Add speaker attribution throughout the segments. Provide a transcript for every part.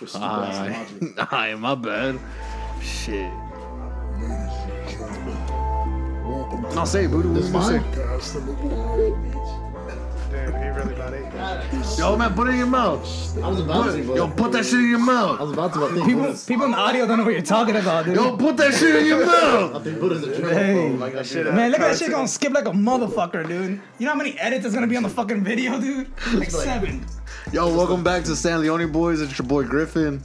Speaker 1: Just
Speaker 2: Aye.
Speaker 1: logic.
Speaker 2: Aye, my bad. Shit. No, say it, Buddha. What
Speaker 1: This
Speaker 2: you gonna say?
Speaker 1: podcast in the world.
Speaker 3: Damn, he really about eight. guys.
Speaker 2: Yo, man, put it in your mouth.
Speaker 1: I was about
Speaker 2: Put,
Speaker 1: to, but
Speaker 2: yo, put that shit in your
Speaker 1: I was
Speaker 2: mouth.
Speaker 1: about to, but I think
Speaker 4: People,
Speaker 1: Buddha's,
Speaker 4: people in the audio don't know what you're talking about, dude.
Speaker 2: Yo, put that shit in your
Speaker 1: I
Speaker 2: mouth.
Speaker 1: think Buddha's a
Speaker 4: Hey.
Speaker 1: germaphobe. Like I
Speaker 3: Shit,
Speaker 1: do
Speaker 3: uh,
Speaker 1: that.
Speaker 4: Man, look at that shit gonna skip like a motherfucker, dude. You know how many edits is gonna be on the fucking video, dude? Like seven.
Speaker 2: Yo, welcome back to San Leone Boys. It's your boy Griffin.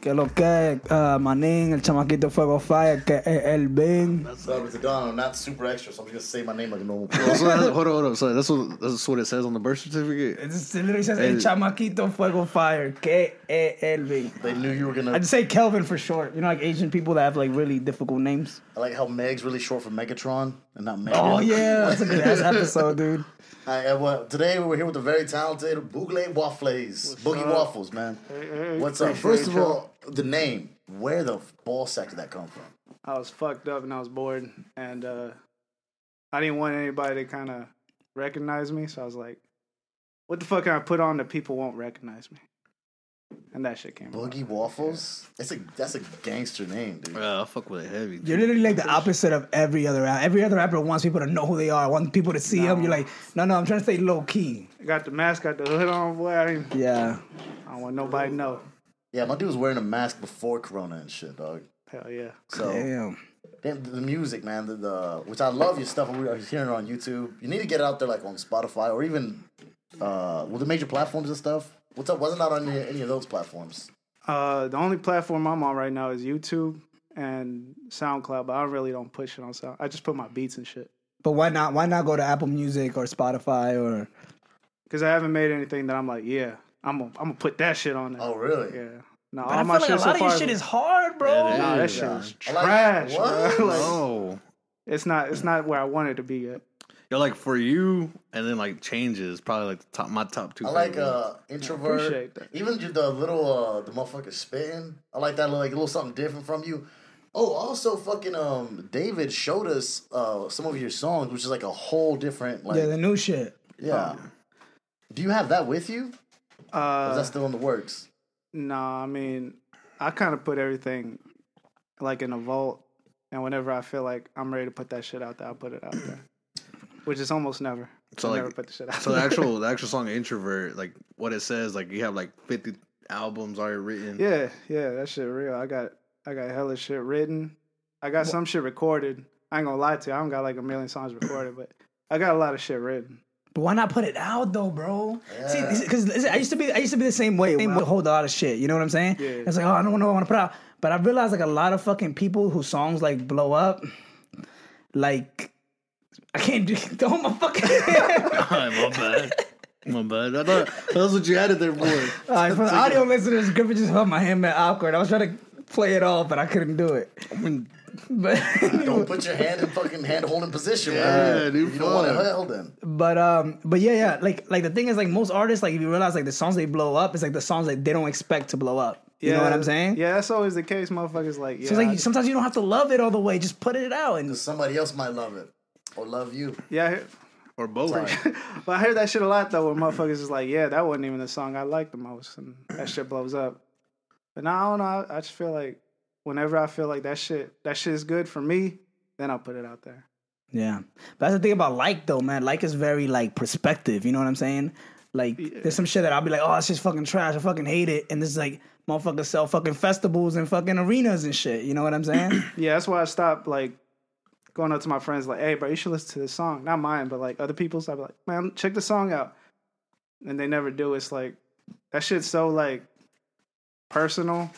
Speaker 4: Que lo que, uh, manín, el chamaquito fuego fire, que es el Ben.
Speaker 1: So it's a Don, I'm not super extra, so I'm just gonna say my name like a normal
Speaker 2: So
Speaker 1: person.
Speaker 2: that's, hold on, hold on. So that's what that's what it says on the birth certificate.
Speaker 4: It just literally says el chamaquito fuego fire, que es el Ben.
Speaker 1: they knew you were
Speaker 4: I
Speaker 1: gonna.
Speaker 4: just say Kelvin for short. You know, like Asian people that have like really difficult names.
Speaker 1: I like how Meg's really short for Megatron and not Megan.
Speaker 4: Oh yeah, that's a good ass episode, dude.
Speaker 1: I, uh, well, today we're here with the very talented Boogle Waffles. Boogie Waffles, man. What's up? First of all, the name. Where the ball sack did that come from?
Speaker 3: I was fucked up and I was bored, and uh, I didn't want anybody to kind of recognize me, so I was like, "What the fuck can I put on that people won't recognize me?" And that shit came. about.
Speaker 1: Boogie Waffles? That's a that's a gangster name, dude.
Speaker 2: Yeah, I fuck with it heavy.
Speaker 4: You're literally like the opposite of every other rapper. Every other rapper wants people to know who they are, wants people to see them. You're like, no, no, I'm trying to stay low key.
Speaker 3: I got the mask, got the hood on, boy. I, didn't,
Speaker 4: Yeah.
Speaker 3: I don't want nobody to know.
Speaker 1: Yeah, my dude was wearing a mask before Corona and shit, dog.
Speaker 3: Hell yeah.
Speaker 1: So
Speaker 4: Damn.
Speaker 1: Damn, the music, man, the, the which I love your stuff. We are hearing it on YouTube. You need to get it out there, like on Spotify or even uh, well, the major platforms and stuff. What's up? Wasn't out on any, any of those platforms.
Speaker 3: Uh, the only platform I'm on right now is YouTube and SoundCloud, but I really don't push it on Sound. I just put my beats and shit
Speaker 4: But why not? Why not go to Apple Music or Spotify or?
Speaker 3: because I haven't made anything that I'm like, yeah, I'm gonna, I'm gonna put that shit on there.
Speaker 1: Oh, really?
Speaker 3: Yeah. No, all my shit so far-
Speaker 4: hard, bro.
Speaker 2: Yeah,
Speaker 3: Nah,
Speaker 2: it
Speaker 3: that
Speaker 2: is.
Speaker 3: shit is
Speaker 1: I like-
Speaker 3: trash.
Speaker 1: What?
Speaker 3: bro. Like,
Speaker 2: Oh,
Speaker 3: It's not. It's not where I wanted to be yet.
Speaker 2: you're like for you, and then like changes probably like the top my top two.
Speaker 1: I like
Speaker 2: favorite.
Speaker 1: uh introvert.
Speaker 3: Appreciate that.
Speaker 1: Even ju- the little uh the motherfucker spitting. I like that little, like a little something different from you. Oh, also fucking um David showed us uh some of your songs, which is like a whole different like
Speaker 4: Yeah, the
Speaker 1: yeah.
Speaker 4: new shit.
Speaker 1: Do you have that with you? Or is
Speaker 3: Uh,
Speaker 1: that still in the works?
Speaker 3: nah, I mean, I kind of put everything like in a vault, and whenever I feel like I'm ready to put that shit out there, I put it out there, which is almost never.
Speaker 2: So,
Speaker 3: I
Speaker 2: like-
Speaker 3: never put the shit out.
Speaker 2: So the
Speaker 3: there.
Speaker 2: actual the actual song introvert, like what it says, like you have like fifty albums already written.
Speaker 3: yeah, yeah, that shit real. I got I got hella shit written. I got some shit recorded. I ain't gonna lie to you. I don't got like a million songs recorded, but I got a lot of shit written.
Speaker 4: But why not put it out though, bro? See, because I used to be, I used to be the same way. I would hold a lot of shit. You know what I'm saying?
Speaker 3: Yeah.
Speaker 4: It's like, oh, I don't know what I want to put out. But I realized like a lot of fucking people whose songs like blow up, like I can't do. Oh my fucking.
Speaker 2: Alright, my bad. My bad. I thought that's what you added there, boy.
Speaker 4: All right, for the audio listeners, Griffin just held my hand man awkward. I was trying to play it off, but I couldn't do it. But
Speaker 1: Don't put your hand in fucking hand holding position. Yeah,
Speaker 2: Yeah, dude,
Speaker 1: You don't want it
Speaker 2: fuck.
Speaker 1: held in.
Speaker 4: But um, but yeah, yeah, like like the thing is like most artists like if you realize like the songs they blow up, it's like the songs that they don't expect to blow up. You know what I'm saying?
Speaker 3: Yeah, that's always the case. Motherfuckers like, yeah,
Speaker 4: So it's
Speaker 3: I-
Speaker 4: like sometimes you don't have to love it all the way. Just put it out and
Speaker 1: Somebody else might love it or love you.
Speaker 3: yeah. I hear-
Speaker 2: Or both.
Speaker 3: But I heard that shit a lot though, where motherfuckers is like, yeah, that wasn't even the song I liked the most, and that shit blows up. But now I don't know. I, I just feel like whenever I feel like that shit, that shit is good for me, then I'll put it out there.
Speaker 4: yeah. But that's the thing about like though, man. Like is very like perspective. You know what I'm saying? Like there's some shit that I'll be like, oh, it's just fucking trash. I fucking hate it. And this is like motherfuckers sell fucking festivals and fucking arenas and shit. You know what I'm saying?
Speaker 3: Yeah, that's why I stopped like going up to my friends like, hey, bro, you should listen to this song, not mine, but like other people's. I'd be like, man, check the song out, and they never do. It's like that shit's so like personal.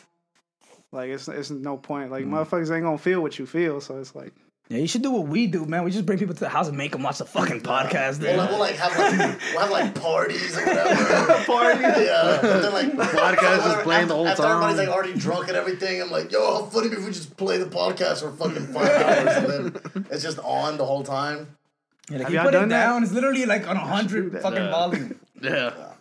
Speaker 3: Like it's it's no point. Like motherfuckers ain't gonna feel what you feel, so it's like.
Speaker 4: yeah, you should do what we do, man. We just bring people to the house and make them watch the fucking podcast.
Speaker 1: We'll,
Speaker 4: Dude.
Speaker 1: like, we'll like have like we'll have like parties or whatever. Parties. Yeah. But then like
Speaker 2: Podcast is playing the whole
Speaker 1: after
Speaker 2: time.
Speaker 1: Everybody's like already drunk and everything. I'm like, yo, how funny if we just play the podcast for fucking five hours and then it's just on the whole time.
Speaker 4: Yeah, like,
Speaker 3: Have
Speaker 4: you
Speaker 3: y'all
Speaker 4: put it
Speaker 3: done that?
Speaker 4: down. It's literally like on a hundred
Speaker 3: that.
Speaker 4: fucking
Speaker 2: Yeah.
Speaker 4: volume.
Speaker 2: Yeah.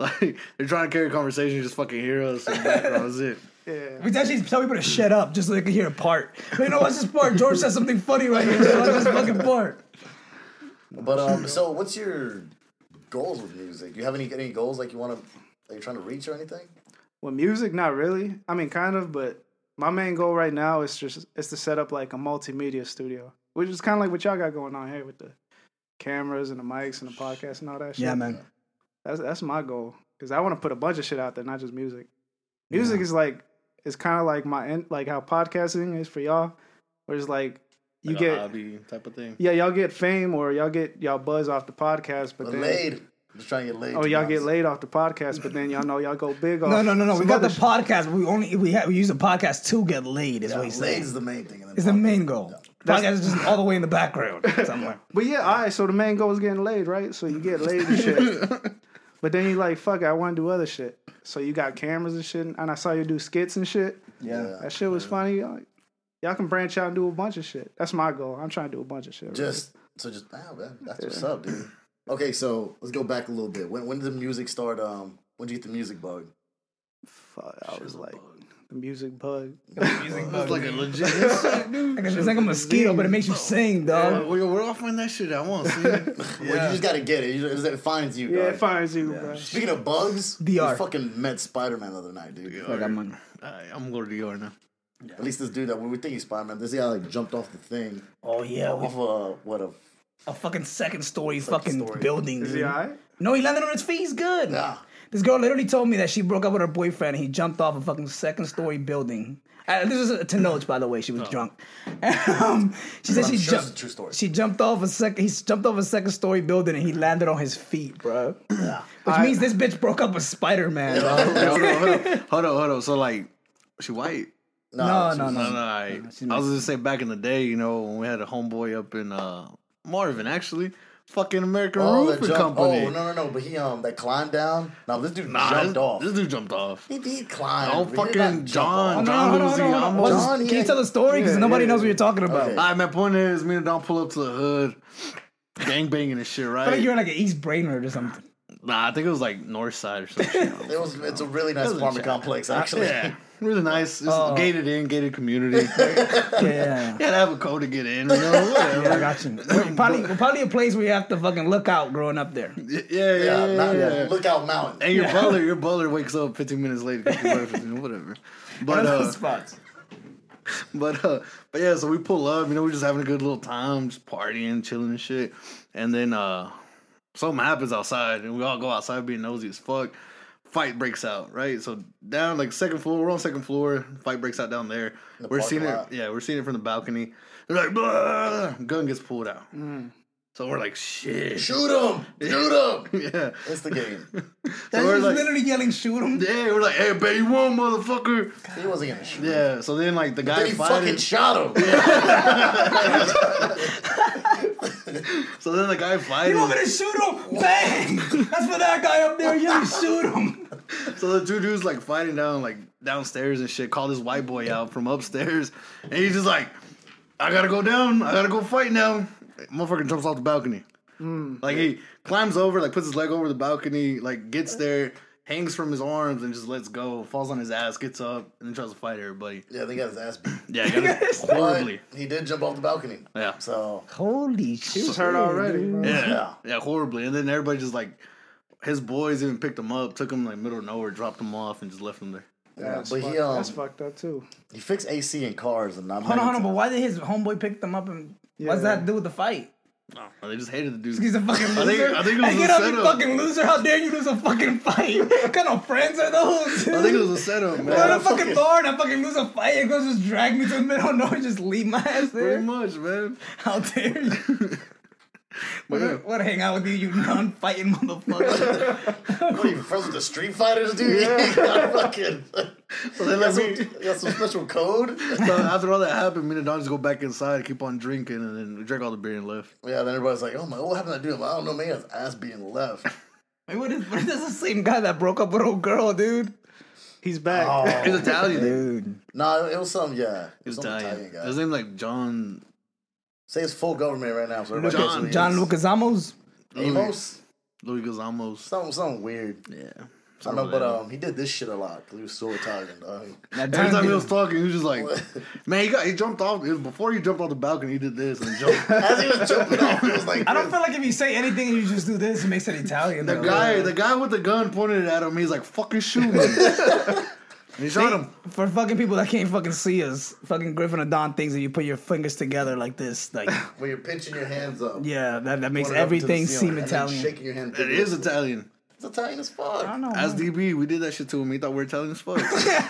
Speaker 2: Like they're trying to carry conversation, you just fucking hear us in the background. That's it.
Speaker 3: Yeah.
Speaker 4: We actually tell people to shut up just so they can hear a part. But you know what's this part? George says something funny right here. So watch this fucking part.
Speaker 1: But um, so what's your goals with music? Do you have any any goals like you want to? Are you trying to reach or anything?
Speaker 3: With music, not really. I mean, kind of, but my main goal right now is just is to set up like a multimedia studio, which is kind of like what y'all got going on here with the cameras and the mics and the podcast and all that shit.
Speaker 4: Yeah, man.
Speaker 3: That's that's my goal because I want to put a bunch of shit out there, not just music. Music is like it's kind of like my end, like how podcasting is for y'all, where it's like you
Speaker 2: Like a
Speaker 3: get
Speaker 2: hobby type of thing.
Speaker 3: yeah y'all get fame or y'all get y'all buzz off the podcast, but
Speaker 1: But
Speaker 3: then
Speaker 1: laid. I'm just trying to get laid.
Speaker 3: oh
Speaker 1: to be
Speaker 3: y'all get
Speaker 1: honest.
Speaker 3: laid off the podcast, but then y'all know y'all go big off
Speaker 4: No, no, no, no.
Speaker 3: some
Speaker 4: We got
Speaker 3: other
Speaker 4: the
Speaker 3: shit.
Speaker 4: podcast. but We only we have, we use the podcast to get laid. Is
Speaker 1: Yeah,
Speaker 4: what he's saying.
Speaker 1: laid is the main thing.
Speaker 4: It's the main goal. Podcast is just all the way in the background somewhere.
Speaker 3: But yeah, all right. So the main goal is getting laid, right? So you get laid and shit. but then you like, fuck, it, I want to do other shit. So you got cameras and shit, and I saw you do skits and shit.
Speaker 1: Yeah.
Speaker 3: That shit was funny. Y'all, y'all can branch out and do a bunch of shit. That's my goal. I'm trying to do a bunch of shit. Right?
Speaker 1: Just so just ah, man, that's what's up, dude. Okay, so let's go back a little bit. When when did the music start? Um, when did you get the music bug?
Speaker 3: fuck, I was like, the music bug.
Speaker 1: Music
Speaker 2: It's like a legit. it's like, dude,
Speaker 4: Like, It's like a mosquito, but it makes you sing,
Speaker 2: uh,
Speaker 4: dog.
Speaker 2: we- we're offering that shit. I want to see.
Speaker 1: Well, you just gotta get it. You just- it finds you.
Speaker 3: Yeah,
Speaker 1: dog.
Speaker 3: it finds you, bro.
Speaker 1: Speaking of bugs,
Speaker 4: DR.
Speaker 1: we fucking met Spider Man the other night, dude.
Speaker 4: Like I'm on.
Speaker 2: Alright, I'm going to DR now.
Speaker 1: At least this dude that we think he's Spider Man. This guy like jumped off the thing
Speaker 4: Oh yeah, we-
Speaker 1: off a what a
Speaker 4: a fucking second story fucking
Speaker 1: story.
Speaker 4: building.
Speaker 3: Is
Speaker 4: dude.
Speaker 3: he alright?
Speaker 4: No, he landed on his feet. He's good.
Speaker 1: Yeah.
Speaker 4: This girl literally told me that she broke up with her boyfriend and he jumped off a fucking second story building. Uh, this is a Tenoch, by the way. She was drunk. um, she said
Speaker 1: I'm
Speaker 4: she
Speaker 1: sure it's
Speaker 4: jumped.
Speaker 1: a true story.
Speaker 4: She jumped off a second. He jumped off a second story building and he landed on his feet, bro. Which
Speaker 3: I-
Speaker 4: means this bitch broke up with Spider Man.
Speaker 2: hold on, hold on, hold on, hold on. So like, she white.
Speaker 4: No,
Speaker 1: she
Speaker 4: no,
Speaker 1: was-
Speaker 4: no.
Speaker 2: No, no, I, I was gonna say back in the day, you know, when we had a homeboy up in uh, Marvin, actually, fucking American
Speaker 1: Oh, that
Speaker 2: Roofing
Speaker 1: jump-
Speaker 2: Company.
Speaker 1: oh no no no! But he um that climbed down. No, this dude
Speaker 2: Nah,
Speaker 1: jumped
Speaker 2: this,
Speaker 1: off.
Speaker 2: This dude jumped off.
Speaker 1: he did climb.
Speaker 2: Oh,
Speaker 1: but he did
Speaker 2: fucking
Speaker 1: not jump
Speaker 2: John.
Speaker 1: off.
Speaker 4: No, no, hold on, hold on, hold on.
Speaker 2: John,
Speaker 4: What's-
Speaker 1: he
Speaker 4: Can you
Speaker 1: ain't-
Speaker 4: tell the story? Because
Speaker 3: Yeah,
Speaker 4: nobody
Speaker 3: yeah,
Speaker 4: knows what
Speaker 3: yeah.
Speaker 4: you're talking about.
Speaker 1: Okay.
Speaker 2: All right, my point is, me and Don pull up to the hood, gang banging and shit,
Speaker 4: I feel like
Speaker 2: right?
Speaker 4: you're in like an East Brainerd or something.
Speaker 2: Nah, I think it was like North Side or something.
Speaker 1: It was. It's a really nice
Speaker 2: Doesn't
Speaker 1: apartment
Speaker 2: jump.
Speaker 1: complex, actually.
Speaker 2: yeah, really nice. It's
Speaker 4: Oh.
Speaker 2: gated in, gated community. yeah,
Speaker 4: Yeah, yeah,
Speaker 2: to have a code to get in. You know, whatever.
Speaker 4: yeah. I got you. We're probably, we're probably a place where you have to fucking look out growing up there.
Speaker 2: Yeah, yeah,
Speaker 1: Yeah,
Speaker 2: yeah,
Speaker 1: not-
Speaker 2: yeah.
Speaker 1: Lookout Mountain.
Speaker 2: And your butler, your butler wakes up 15 minutes late to get you breakfast, you know, whatever. But uh,
Speaker 4: Those spots.
Speaker 2: but uh, but yeah, so we pull up, you know, we're just having a good little time, just partying, chilling and shit. And then uh, something happens outside, and we all go outside being nosy as fuck. Fight breaks out, right? So down like second floor, we're on second floor. Fight breaks out down there. we're
Speaker 1: parking
Speaker 2: seeing
Speaker 1: lot.
Speaker 2: it, yeah, we're seeing it from the balcony. They're like, blah, gun gets pulled out. So we're like, shit,
Speaker 1: Shoot him! Shoot him!
Speaker 2: yeah.
Speaker 1: It's the game.
Speaker 4: That's
Speaker 2: we're
Speaker 4: just
Speaker 2: like-
Speaker 4: literally yelling, shoot him.
Speaker 2: Yeah, we're like, hey, baby, one motherfucker.
Speaker 1: He wasn't gonna shoot.
Speaker 2: Yeah, so then like the
Speaker 1: Then
Speaker 2: guy
Speaker 1: he
Speaker 2: fighting,
Speaker 1: fucking shot him.
Speaker 2: so then the guy fighting,
Speaker 4: You want me to shoot him? Bang! That's for that guy up there yelling, shoot him.
Speaker 2: so the two dudes like fighting down like downstairs and shit. Call this white boy out from upstairs, and he's just like, I gotta go down, I gotta go fight now. Motherfucker jumps off the balcony.
Speaker 4: Hmm.
Speaker 2: Like he climbs over, like puts his leg over the balcony, like gets there, hangs from his arms, and just lets go. Falls on his ass, gets up, and then tries to fight everybody.
Speaker 1: Yeah, they got his ass beat.
Speaker 2: Yeah, he got it horribly.
Speaker 1: But he did jump off the balcony.
Speaker 2: Yeah.
Speaker 1: So
Speaker 4: Holy shit.
Speaker 3: It's hurt already. bro.
Speaker 2: Yeah,
Speaker 1: Yeah.
Speaker 2: yeah, horribly. And then everybody just like his boys even picked him up, took him like middle of nowhere, dropped him off, and just left him there.
Speaker 1: yeah,
Speaker 3: That's
Speaker 1: but
Speaker 3: fucked-
Speaker 1: he um
Speaker 3: that's fucked up too.
Speaker 1: he fixed AC in cars and not.
Speaker 4: Hold on, hold on, but why did his homeboy pick them up and what's
Speaker 3: Yeah.
Speaker 4: that do with the fight?
Speaker 2: They just hated the dude.
Speaker 4: He's a fucking loser.
Speaker 2: I think- I think it was
Speaker 4: Hey,
Speaker 2: a
Speaker 4: get up, you
Speaker 2: setup.
Speaker 4: fucking loser. How dare you lose a fucking fight? what kind of friends are those?
Speaker 2: I think it was a setup,
Speaker 4: Go
Speaker 2: man.
Speaker 4: to fucking bar and I fucking lose a fight. You're gonna just drag me to the middle of nowhere and just leave my
Speaker 2: Pretty
Speaker 4: ass there.
Speaker 2: much, man.
Speaker 4: How dare you?
Speaker 2: But uh, yeah.
Speaker 4: What hang out with you, you non-fighting motherfucker?
Speaker 1: What are you friends with the Street Fighters, dude? Yeah. fucking.
Speaker 2: So they
Speaker 1: You got,
Speaker 2: let
Speaker 1: some,
Speaker 2: me.
Speaker 1: you got some special code.
Speaker 2: So after all that happened, me and Don just go back inside, keep on drinking, and then we drank all the beer and left.
Speaker 1: Yeah, then everybody's like, "Oh my, what happened to that dude?" I'm like, I don't know, man. His ass being left.
Speaker 4: Wait, what is, what is this the same guy that broke up with old girl, dude?
Speaker 3: He's back.
Speaker 2: He's Italian. dude.
Speaker 4: Dude.
Speaker 1: No, it was some yeah. It
Speaker 2: He was
Speaker 1: some
Speaker 2: Italian.
Speaker 1: guy.
Speaker 2: His name like John.
Speaker 1: Say it's full government right now. So everybody
Speaker 2: John-
Speaker 1: knows who he
Speaker 4: John
Speaker 1: is.
Speaker 4: Lucasamos?
Speaker 1: Amos.
Speaker 2: Louis Gozamos.
Speaker 1: Something, something weird.
Speaker 2: Yeah.
Speaker 1: I know,
Speaker 2: Something
Speaker 1: but
Speaker 2: like that.
Speaker 1: um, he did this shit a lot because he was so Italian. Dog.
Speaker 4: That
Speaker 2: Every time
Speaker 4: dude-
Speaker 2: he was talking, he was just like, "Man, he got he jumped off it was before he jumped off the balcony. He did this and jumped."
Speaker 1: As he was jumping off, it was like,
Speaker 4: I don't feel like if you say anything, you just do this, it makes it Italian.
Speaker 2: The
Speaker 4: though.
Speaker 2: guy, the guy with the gun pointed at him. He's like, "Fucking shoot me!" He shot him.
Speaker 4: For fucking people that can't fucking see us, fucking Griffin or Don thinks if you put your fingers together like this, like
Speaker 1: When you're pinching your hands up.
Speaker 4: yeah, that, that makes
Speaker 1: pointed up to the
Speaker 4: everything
Speaker 1: ceiling,
Speaker 4: seem
Speaker 1: and then
Speaker 4: Italian.
Speaker 1: Shaking your hand.
Speaker 2: It is Italian.
Speaker 1: It's Italian as fuck.
Speaker 4: I don't know.
Speaker 2: As
Speaker 4: man.
Speaker 2: DB, we did that shit to him. He thought we were Italian as fuck.
Speaker 1: He was like,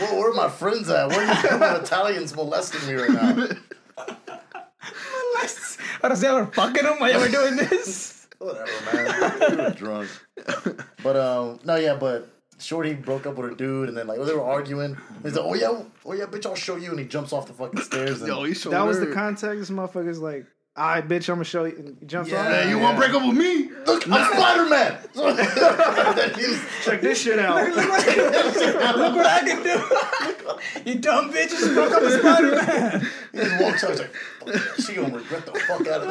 Speaker 1: well, where are my friends at? Where are my Italians molesting me right now?
Speaker 4: I don't say we're fucking them while you were doing this.
Speaker 1: Whatever, man. we were drunk. But, um, no, yeah, but Shorty broke up with her dude, and then, like, they were arguing. He's like, oh, yeah, oh, yeah, bitch, I'll show you. And he jumps off the fucking stairs. And,
Speaker 2: Yo, he showed
Speaker 3: That was the
Speaker 2: her.
Speaker 3: context. This motherfucker's like, all right, bitch, I'm gonna show you. And he jumps
Speaker 1: Yeah.
Speaker 3: off.
Speaker 2: Hey, you want to break up with me?
Speaker 1: Look, I'm Spider Man! then he was,
Speaker 3: Check this shit out.
Speaker 4: Look what, look what I can do. you dumb bitch, you just broke up with Spider Man.
Speaker 1: he just walks out. He's like, "Fuck, she gonna regret the fuck out of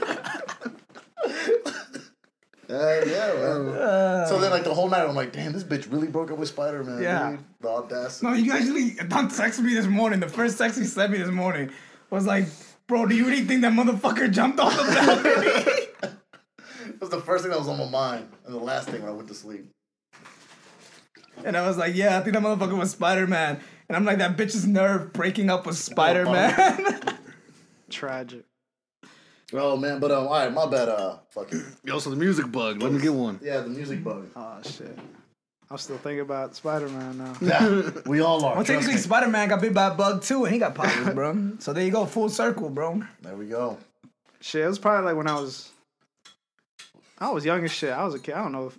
Speaker 1: this. Uh, yeah, man.
Speaker 4: Uh.
Speaker 1: So then, like the whole night, I'm like, "Damn, this bitch really broke up with Spider Man."
Speaker 4: Yeah.
Speaker 1: dude. the audacity.
Speaker 4: No, you actually Don texted me this morning. The first text he sent me this morning was like, "Bro, do you really think that motherfucker jumped off the balcony?"
Speaker 1: It was the first thing that was on my mind, and the last thing when I went to sleep.
Speaker 4: and I was like, "Yeah, I think that motherfucker was Spider Man." And I'm like, "That bitch's nerve breaking up with Spider
Speaker 3: Oh,
Speaker 4: Man."
Speaker 3: Tragic.
Speaker 1: Oh man, but um, all right, my bad. Uh, fucking
Speaker 2: Yo, so the music bug. Let me get one.
Speaker 1: yeah, the music bug.
Speaker 3: Oh shit. I'm still thinking about Spider Man now.
Speaker 1: Yeah, we all are.
Speaker 4: well,
Speaker 1: trust
Speaker 4: technically,
Speaker 1: me.
Speaker 4: Spider Man got bit by a bug too, and he got powers, bro. So there you go, full circle, bro.
Speaker 1: There we go.
Speaker 3: Shit, it was probably like when I was, I was young as shit. I was a kid. I don't know. If,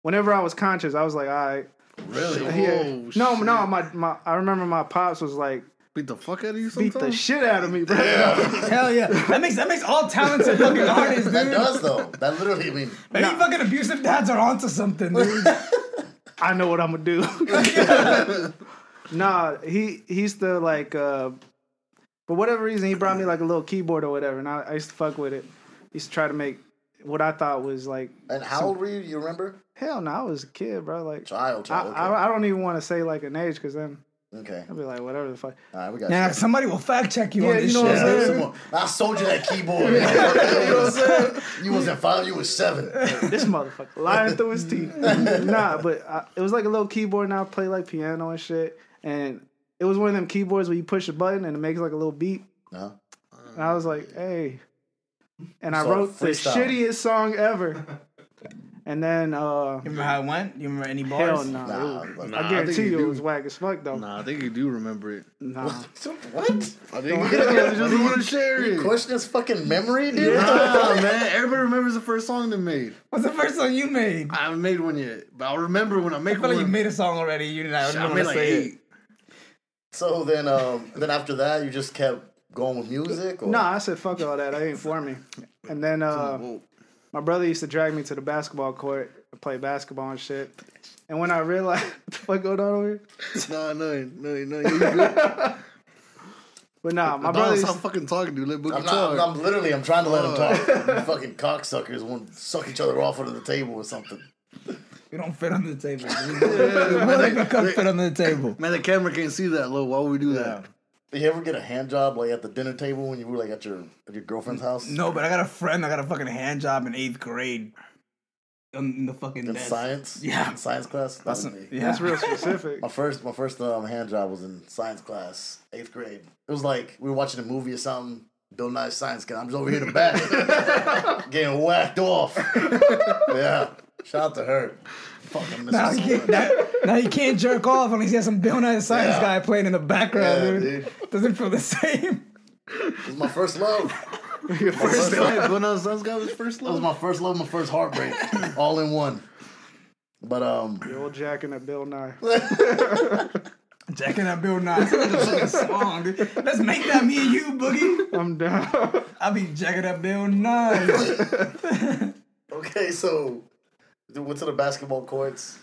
Speaker 3: whenever I was conscious, I was like, all right.
Speaker 1: Really?
Speaker 3: Here.
Speaker 2: Whoa,
Speaker 3: no,
Speaker 2: Oh, shit.
Speaker 3: no. My, my, I remember my pops was like,
Speaker 2: Beat the fuck out of you
Speaker 3: beat the
Speaker 2: sometimes?
Speaker 3: shit out of me, bro.
Speaker 4: Hell yeah, that makes that makes all talented fucking artists,
Speaker 1: That
Speaker 4: dude.
Speaker 1: does though. That literally, I mean,
Speaker 4: Maybe fucking abusive dads are onto something, dude.
Speaker 3: I know what I'm gonna do. nah, he he's the like, uh, for whatever reason, he brought me like a little keyboard or whatever, and I, I used to fuck with it. Used to try to make what I thought was like,
Speaker 1: and how old were you? You remember?
Speaker 3: hell no, I was a kid, bro. Like,
Speaker 1: Child,
Speaker 3: I,
Speaker 1: child.
Speaker 3: I, I don't even want to say like an age because then
Speaker 1: okay. okay.
Speaker 3: I'll be like, whatever the fuck.
Speaker 1: All right, we got
Speaker 4: Yeah,
Speaker 1: you.
Speaker 4: somebody will fact check you
Speaker 3: Yeah,
Speaker 4: on this
Speaker 3: you know
Speaker 4: shit.
Speaker 3: what I'm saying?
Speaker 1: Yeah, come on. I sold you that keyboard. you know what I'm saying? You wasn't five, you was seven.
Speaker 3: This motherfucker lying through his teeth. nah, but I, it was like a little keyboard, and I play like piano and shit. And it was one of them keyboards where you push a button and it makes like a little beat.
Speaker 1: Uh-huh.
Speaker 3: And I was like, hey. And I
Speaker 1: So,
Speaker 3: wrote the
Speaker 1: freestyle.
Speaker 3: shittiest song ever. And then, uh,
Speaker 4: You remember how it went? You remember any bars?
Speaker 3: hell no.
Speaker 1: Nah,
Speaker 3: it was-
Speaker 1: like,
Speaker 2: Nah,
Speaker 3: I
Speaker 2: I
Speaker 3: guarantee
Speaker 2: think
Speaker 3: you,
Speaker 2: you
Speaker 3: it
Speaker 2: do.
Speaker 3: was whack as fuck, though. Nah.
Speaker 2: Nah, I think you do remember it.
Speaker 1: what?
Speaker 2: I think you do. I just want to share it.
Speaker 1: Question is fucking memory, dude.
Speaker 2: Nah, man. Everybody remembers the first song they made.
Speaker 4: What's the first song you made?
Speaker 2: I haven't made one yet, but I'll remember when I make
Speaker 4: I feel like
Speaker 2: one.
Speaker 4: you made a song already. You did not
Speaker 2: I
Speaker 4: remember
Speaker 2: made
Speaker 4: to
Speaker 2: like
Speaker 4: say it.
Speaker 2: eight.
Speaker 1: So then, um, then after that, you just kept going with music. Or?
Speaker 3: I said, fuck all that. I ain't for me. And then uh,
Speaker 2: Whoa.
Speaker 3: my brother used to drag me to the basketball court to play basketball and shit. And when I realized what going on over here,
Speaker 2: Nah, no, no, no. You good?
Speaker 3: but nah, my brother
Speaker 2: Nah,
Speaker 3: used
Speaker 2: stop fucking talking, dude. Let Boogie
Speaker 1: I'm not.
Speaker 2: talk.
Speaker 1: I'm literally. I'm trying to let him talk. You fucking cocksuckers want to suck each other off under the table or something.
Speaker 4: We don't fit under the table. We're like a cup fit under the table.
Speaker 2: Man, the camera can't see that, low. Why would we do that?
Speaker 1: Did you ever get a hand job like at the dinner table when you were like at your at your girlfriend's house?
Speaker 4: No, but I got a friend that got a fucking hand job in eighth grade. In in the fucking
Speaker 1: In
Speaker 4: desk.
Speaker 1: science.
Speaker 4: Yeah.
Speaker 1: In science class. That
Speaker 4: That's,
Speaker 1: was me.
Speaker 4: yeah.
Speaker 3: That's real specific.
Speaker 1: My first, my first um, hand job was in science class, eighth grade. It was like we were watching a movie or something. Bill Nye science class. I'm just over here in the back, getting whacked off. yeah, shout out to her. Fucking miss
Speaker 4: Now
Speaker 1: her
Speaker 4: he,
Speaker 1: so
Speaker 4: can't,
Speaker 1: much.
Speaker 4: that- now he can't jerk off unless he has some Bill Nye Science
Speaker 1: Yeah.
Speaker 4: guy playing in the background,
Speaker 1: Yeah,
Speaker 4: dude.
Speaker 1: dude.
Speaker 4: Doesn't feel the same.
Speaker 1: It was my first love.
Speaker 3: Your first
Speaker 2: First love. When I was this guy was first
Speaker 1: It was
Speaker 2: love.
Speaker 1: my first love, my first heartbreak, all in one. But um,
Speaker 3: old Jack and a Bill Nye.
Speaker 4: Jacking that Bill Nye. That's a song, dude. Let's make that me and you, Boogie.
Speaker 3: I'm down.
Speaker 4: I'll be jacking that Bill Nye.
Speaker 1: okay, so we went to the basketball courts.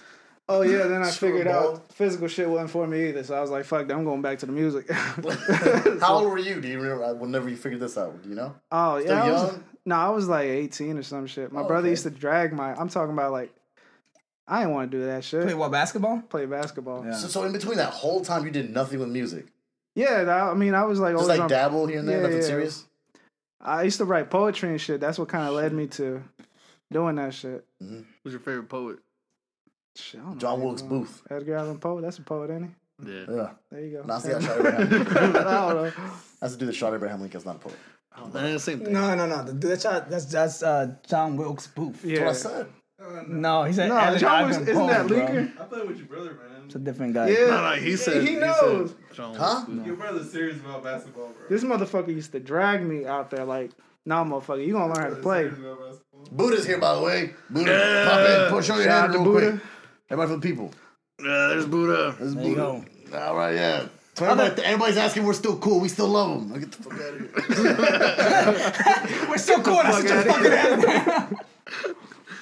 Speaker 3: Oh yeah, then I
Speaker 1: Screw
Speaker 3: figured
Speaker 1: ball.
Speaker 3: out physical shit wasn't for me either. So I was like, fuck, that, I'm going back to the music.
Speaker 1: How old were you? Do you remember? Whenever you figured this out, do you know?
Speaker 3: oh yeah, I was,
Speaker 1: young?
Speaker 3: no, I was like 18 or some shit. My
Speaker 1: Oh,
Speaker 3: brother
Speaker 1: okay.
Speaker 3: used to drag my. I'm talking about like, I didn't want to do that shit.
Speaker 4: Wait,
Speaker 3: Play,
Speaker 4: what, basketball?
Speaker 3: basketball. Yeah,
Speaker 1: So, so in between that whole time, you did nothing with music.
Speaker 3: that- I mean, I was like,
Speaker 1: Just
Speaker 3: always
Speaker 1: like
Speaker 3: on-
Speaker 1: dabble here and there,
Speaker 3: Yeah,
Speaker 1: nothing
Speaker 3: yeah.
Speaker 1: serious.
Speaker 3: I used to write poetry and shit. That's what kind of led me to doing that shit.
Speaker 2: Who's your favorite poet?
Speaker 3: Shit, I don't know
Speaker 1: John
Speaker 3: where
Speaker 1: Wilkes
Speaker 3: you're going.
Speaker 1: Booth.
Speaker 3: Edgar Allan Poe. That's a poet, ain't he?
Speaker 2: Yeah.
Speaker 1: Yeah.
Speaker 3: There you go.
Speaker 1: Nah, see, that's Shot Abraham.
Speaker 3: I don't know.
Speaker 1: That's the dude that shot Abraham Lincoln. It's not a poet.
Speaker 2: Eh, same thing.
Speaker 4: No, no, no. That's that's that's uh, John Wilkes Booth.
Speaker 3: Yeah.
Speaker 1: That's what I said.
Speaker 4: No, he said
Speaker 3: No,
Speaker 4: Allen
Speaker 3: John
Speaker 4: Ivan
Speaker 3: Wilkes, isn't
Speaker 4: Poe,
Speaker 3: that
Speaker 4: bro.
Speaker 3: Lincoln?
Speaker 5: I play with your brother, man.
Speaker 4: It's a different guy.
Speaker 3: Yeah.
Speaker 2: No, no, he said.
Speaker 3: he
Speaker 2: said
Speaker 3: knows.
Speaker 2: John
Speaker 1: Huh?
Speaker 2: Wilkes Booth.
Speaker 5: Your brother's serious about basketball, bro.
Speaker 3: This motherfucker used to drag me out there like, nah, motherfucker, you gonna learn how to
Speaker 5: Your brother's
Speaker 3: play.
Speaker 5: serious about basketball.
Speaker 1: Buddha's here, by the way. Buddha, pop in, push on your
Speaker 3: Shout
Speaker 1: head
Speaker 3: out to
Speaker 1: real
Speaker 3: Buddha.
Speaker 1: quick. Everybody for the people.
Speaker 2: Yeah, there's Buddha.
Speaker 1: This is
Speaker 4: There you
Speaker 1: Buddha.
Speaker 4: go.
Speaker 1: All right, yeah. So everybody- everybody's asking, we're still cool. We still love him. Get the fuck out of here.
Speaker 4: We're still cool. That's what the fucking happened.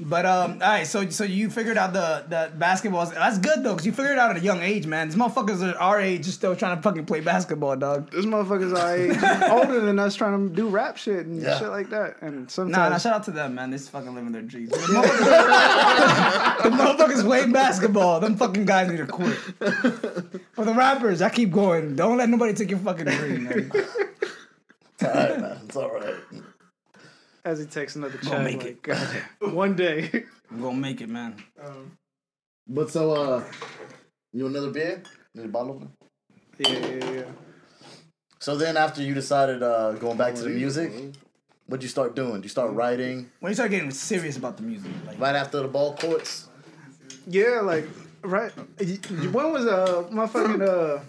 Speaker 4: But um, all right. So so you figured out the the basketball. That's good though, cause you figured it out at a young age, man. These motherfuckers are our age, just still trying to fucking play basketball, dog.
Speaker 3: This motherfucker's our age, older than us, trying to do rap shit and
Speaker 1: Yeah.
Speaker 3: shit like that. And sometimes,
Speaker 4: Nah, nah. Shout out to them, man. They're just fucking living their dreams. The motherfuckers, the motherfuckers playing basketball. Them fucking guys need to quit. For the rappers, I keep going. Don't let nobody take your fucking dream. Man.
Speaker 1: It's all right, man. It's all right.
Speaker 3: as he takes another
Speaker 4: We'll
Speaker 3: chat,
Speaker 4: make
Speaker 3: like,
Speaker 4: it.
Speaker 3: God, one day.
Speaker 4: We're gonna make it, man.
Speaker 5: Um,
Speaker 1: But so, uh, you want another beer? Need a bottle opener?
Speaker 3: yeah, yeah, yeah.
Speaker 1: So then, after you decided uh, going back to the music, what'd you start doing? Did you start writing
Speaker 4: When you start getting serious about the music, like
Speaker 1: right after the ball courts?
Speaker 3: Yeah, like, right. y- y- When was, uh, motherfucking, uh,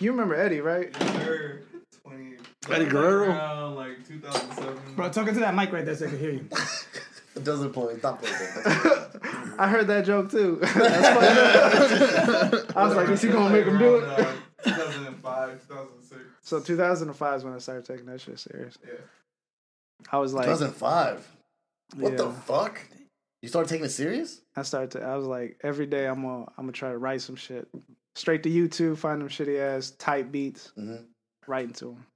Speaker 3: you remember Eddie, right?
Speaker 5: sir, 20.
Speaker 2: Eddie Guerrero.
Speaker 5: Around like 2007.
Speaker 4: bro, talking to that mic right there so I can hear you.
Speaker 1: It doesn't play. It's not playable.
Speaker 3: I heard that joke too. That's funny. I was like, is he gonna make him do it?
Speaker 5: Around, uh, 2005, 2006.
Speaker 3: So 2005 is when I started taking that shit serious.
Speaker 5: Yeah.
Speaker 3: I was like,
Speaker 1: 2005. What the
Speaker 3: yeah.
Speaker 1: fuck? You started taking it serious?
Speaker 3: I started to. I was like, every day I'm gonna I'm gonna try to write some shit. Straight to YouTube, find them shitty ass type beats,
Speaker 1: Mhm.
Speaker 3: writing to them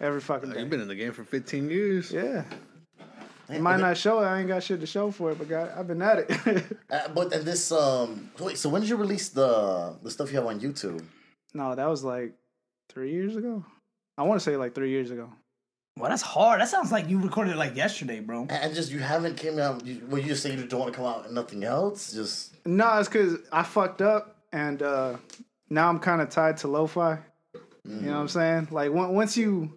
Speaker 3: every fucking
Speaker 2: Like,
Speaker 3: day.
Speaker 2: You've been in the game for 15 years.
Speaker 3: yeah, it
Speaker 1: Man,
Speaker 3: might
Speaker 1: okay.
Speaker 3: not show. it. I ain't got shit to show for it, but God, I've been at it.
Speaker 1: Uh, but and this um wait, so when did you release the the stuff you have on YouTube?
Speaker 3: no, that was like three years ago. I want to say like three years ago.
Speaker 4: Wow, that's hard. That sounds like you recorded it like yesterday, bro.
Speaker 1: And- And just you haven't came out. You, well, you just say you don't want to come out and nothing else. Just
Speaker 3: No, it's because I fucked up, and uh, now I'm kind of tied to lo-fi. You know what I'm
Speaker 1: Mm.
Speaker 3: saying? Like on- once you,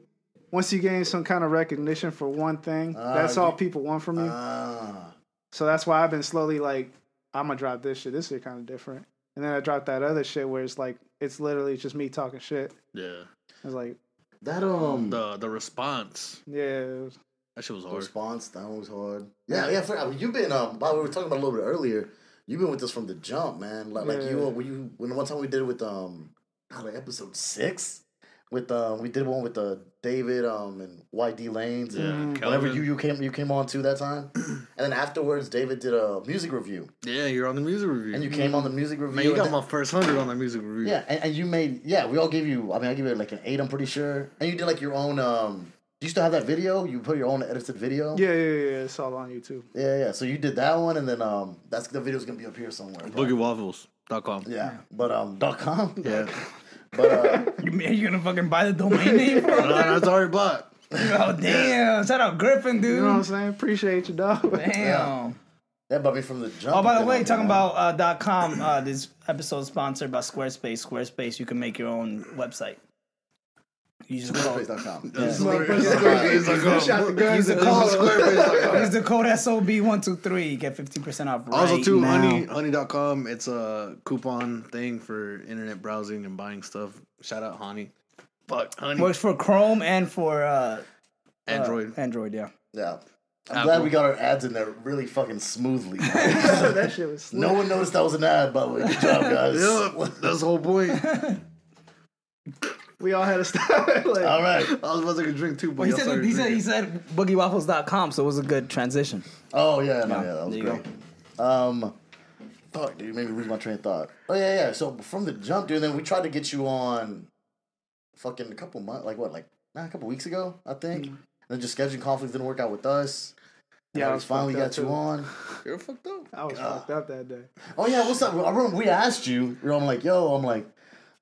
Speaker 3: once you gain some kind of recognition for one thing,
Speaker 1: Ah,
Speaker 3: that's all
Speaker 1: you-
Speaker 3: people want from you.
Speaker 1: ah,
Speaker 3: so that's why I've been slowly like, I'm gonna drop this shit. This shit kind of different. And then I dropped that other shit where it's like it's literally just me talking shit.
Speaker 2: Yeah.
Speaker 3: It's like
Speaker 1: that um
Speaker 2: The the response.
Speaker 3: yeah,
Speaker 2: That shit was hard.
Speaker 1: response that one was hard. Yeah, yeah. For, I mean, you've been um. Bob, we were talking about it a little bit earlier. You've been with us from the jump, man. Like, like you
Speaker 3: Yeah.
Speaker 1: uh, when you when the one time we did it with um, God, like episode six with um we did one with uh, David um and YD Lanes
Speaker 2: Yeah.
Speaker 1: and whenever
Speaker 2: Calvin.
Speaker 1: you you came you came on too that time, and then afterwards David did a music review
Speaker 2: Yeah, you're on the music review.
Speaker 1: and you came on the music review.
Speaker 2: Mm-hmm. Man, you
Speaker 1: and
Speaker 2: got
Speaker 1: then-
Speaker 2: my first hundred on that music review.
Speaker 1: yeah, and, and you made yeah. We all gave you. I mean, I gave you like an eight. I'm pretty sure. And you did like your own. um Do you still have that video? You put your own edited video.
Speaker 3: yeah, yeah, yeah. yeah. It's all on YouTube.
Speaker 1: yeah, yeah. So you did that one, and then um, that's the video's gonna be up here somewhere. but-
Speaker 2: BoogieWaffles.com.
Speaker 1: yeah, but um, dot com.
Speaker 2: Yeah.
Speaker 1: but uh,
Speaker 4: You, man, you gonna fucking buy the domain name? Bro?
Speaker 2: no, that's already bought.
Speaker 4: oh damn! Shout out Griffin, dude.
Speaker 3: You know what
Speaker 1: Mm.
Speaker 3: I'm saying? Appreciate you, dog.
Speaker 4: Damn.
Speaker 1: that brought me from the jump.
Speaker 4: Oh, by the
Speaker 1: then
Speaker 4: way,
Speaker 1: I'm
Speaker 4: talking
Speaker 1: on-
Speaker 4: about uh, dot .com. Uh, this episode is sponsored by Squarespace. Squarespace, you can make your own website. You just call.
Speaker 1: Squarespace dot com.
Speaker 2: That's
Speaker 1: Yeah.
Speaker 2: hilarious.
Speaker 1: Squarespace
Speaker 2: That's
Speaker 3: Good shot to
Speaker 2: hilarious.
Speaker 3: guns.
Speaker 4: Use the
Speaker 3: and-
Speaker 4: code.
Speaker 2: uh,
Speaker 4: Use the code SOB123. Get 15% off. Right
Speaker 2: Also, too,
Speaker 4: now.
Speaker 2: honey, honey.com. It's a coupon thing for internet browsing and buying stuff. Shout out, honey. Fuck, honey.
Speaker 4: Works for Chrome and for uh,
Speaker 2: Android.
Speaker 4: uh, Android, yeah.
Speaker 1: Yeah. I'm
Speaker 2: Apple.
Speaker 1: glad we got our ads in there really fucking smoothly.
Speaker 3: that shit was slick.
Speaker 1: no one noticed that was an ad, by the way. Good job, guys.
Speaker 2: yeah, that's the whole point. I
Speaker 3: We all had to stop. like,
Speaker 1: All right.
Speaker 2: was about to take a drink too, but
Speaker 4: Well, he
Speaker 2: y'all
Speaker 4: said
Speaker 2: started
Speaker 4: he said he
Speaker 2: drinking.
Speaker 4: said boogiewaffles.com, so it was a good transition.
Speaker 1: Oh yeah, no, yeah, that was
Speaker 4: there you
Speaker 1: great. Um, fuck, dude, made me lose my train of thought. Oh yeah, yeah. So from the jump, dude, then we tried to get you on, fucking a couple months, like what, like nah, a couple weeks ago, I
Speaker 4: Mm.
Speaker 1: think. And then just scheduling conflicts didn't work out with us.
Speaker 3: Yeah, I
Speaker 1: Yeah, we
Speaker 3: was
Speaker 1: finally
Speaker 3: fucked up,
Speaker 1: got you
Speaker 3: too.
Speaker 1: on.
Speaker 2: You're fucked up.
Speaker 3: I was fucked up that day.
Speaker 1: Oh yeah, what's up? I remember we asked you. You know, I'm like, yo, I'm like,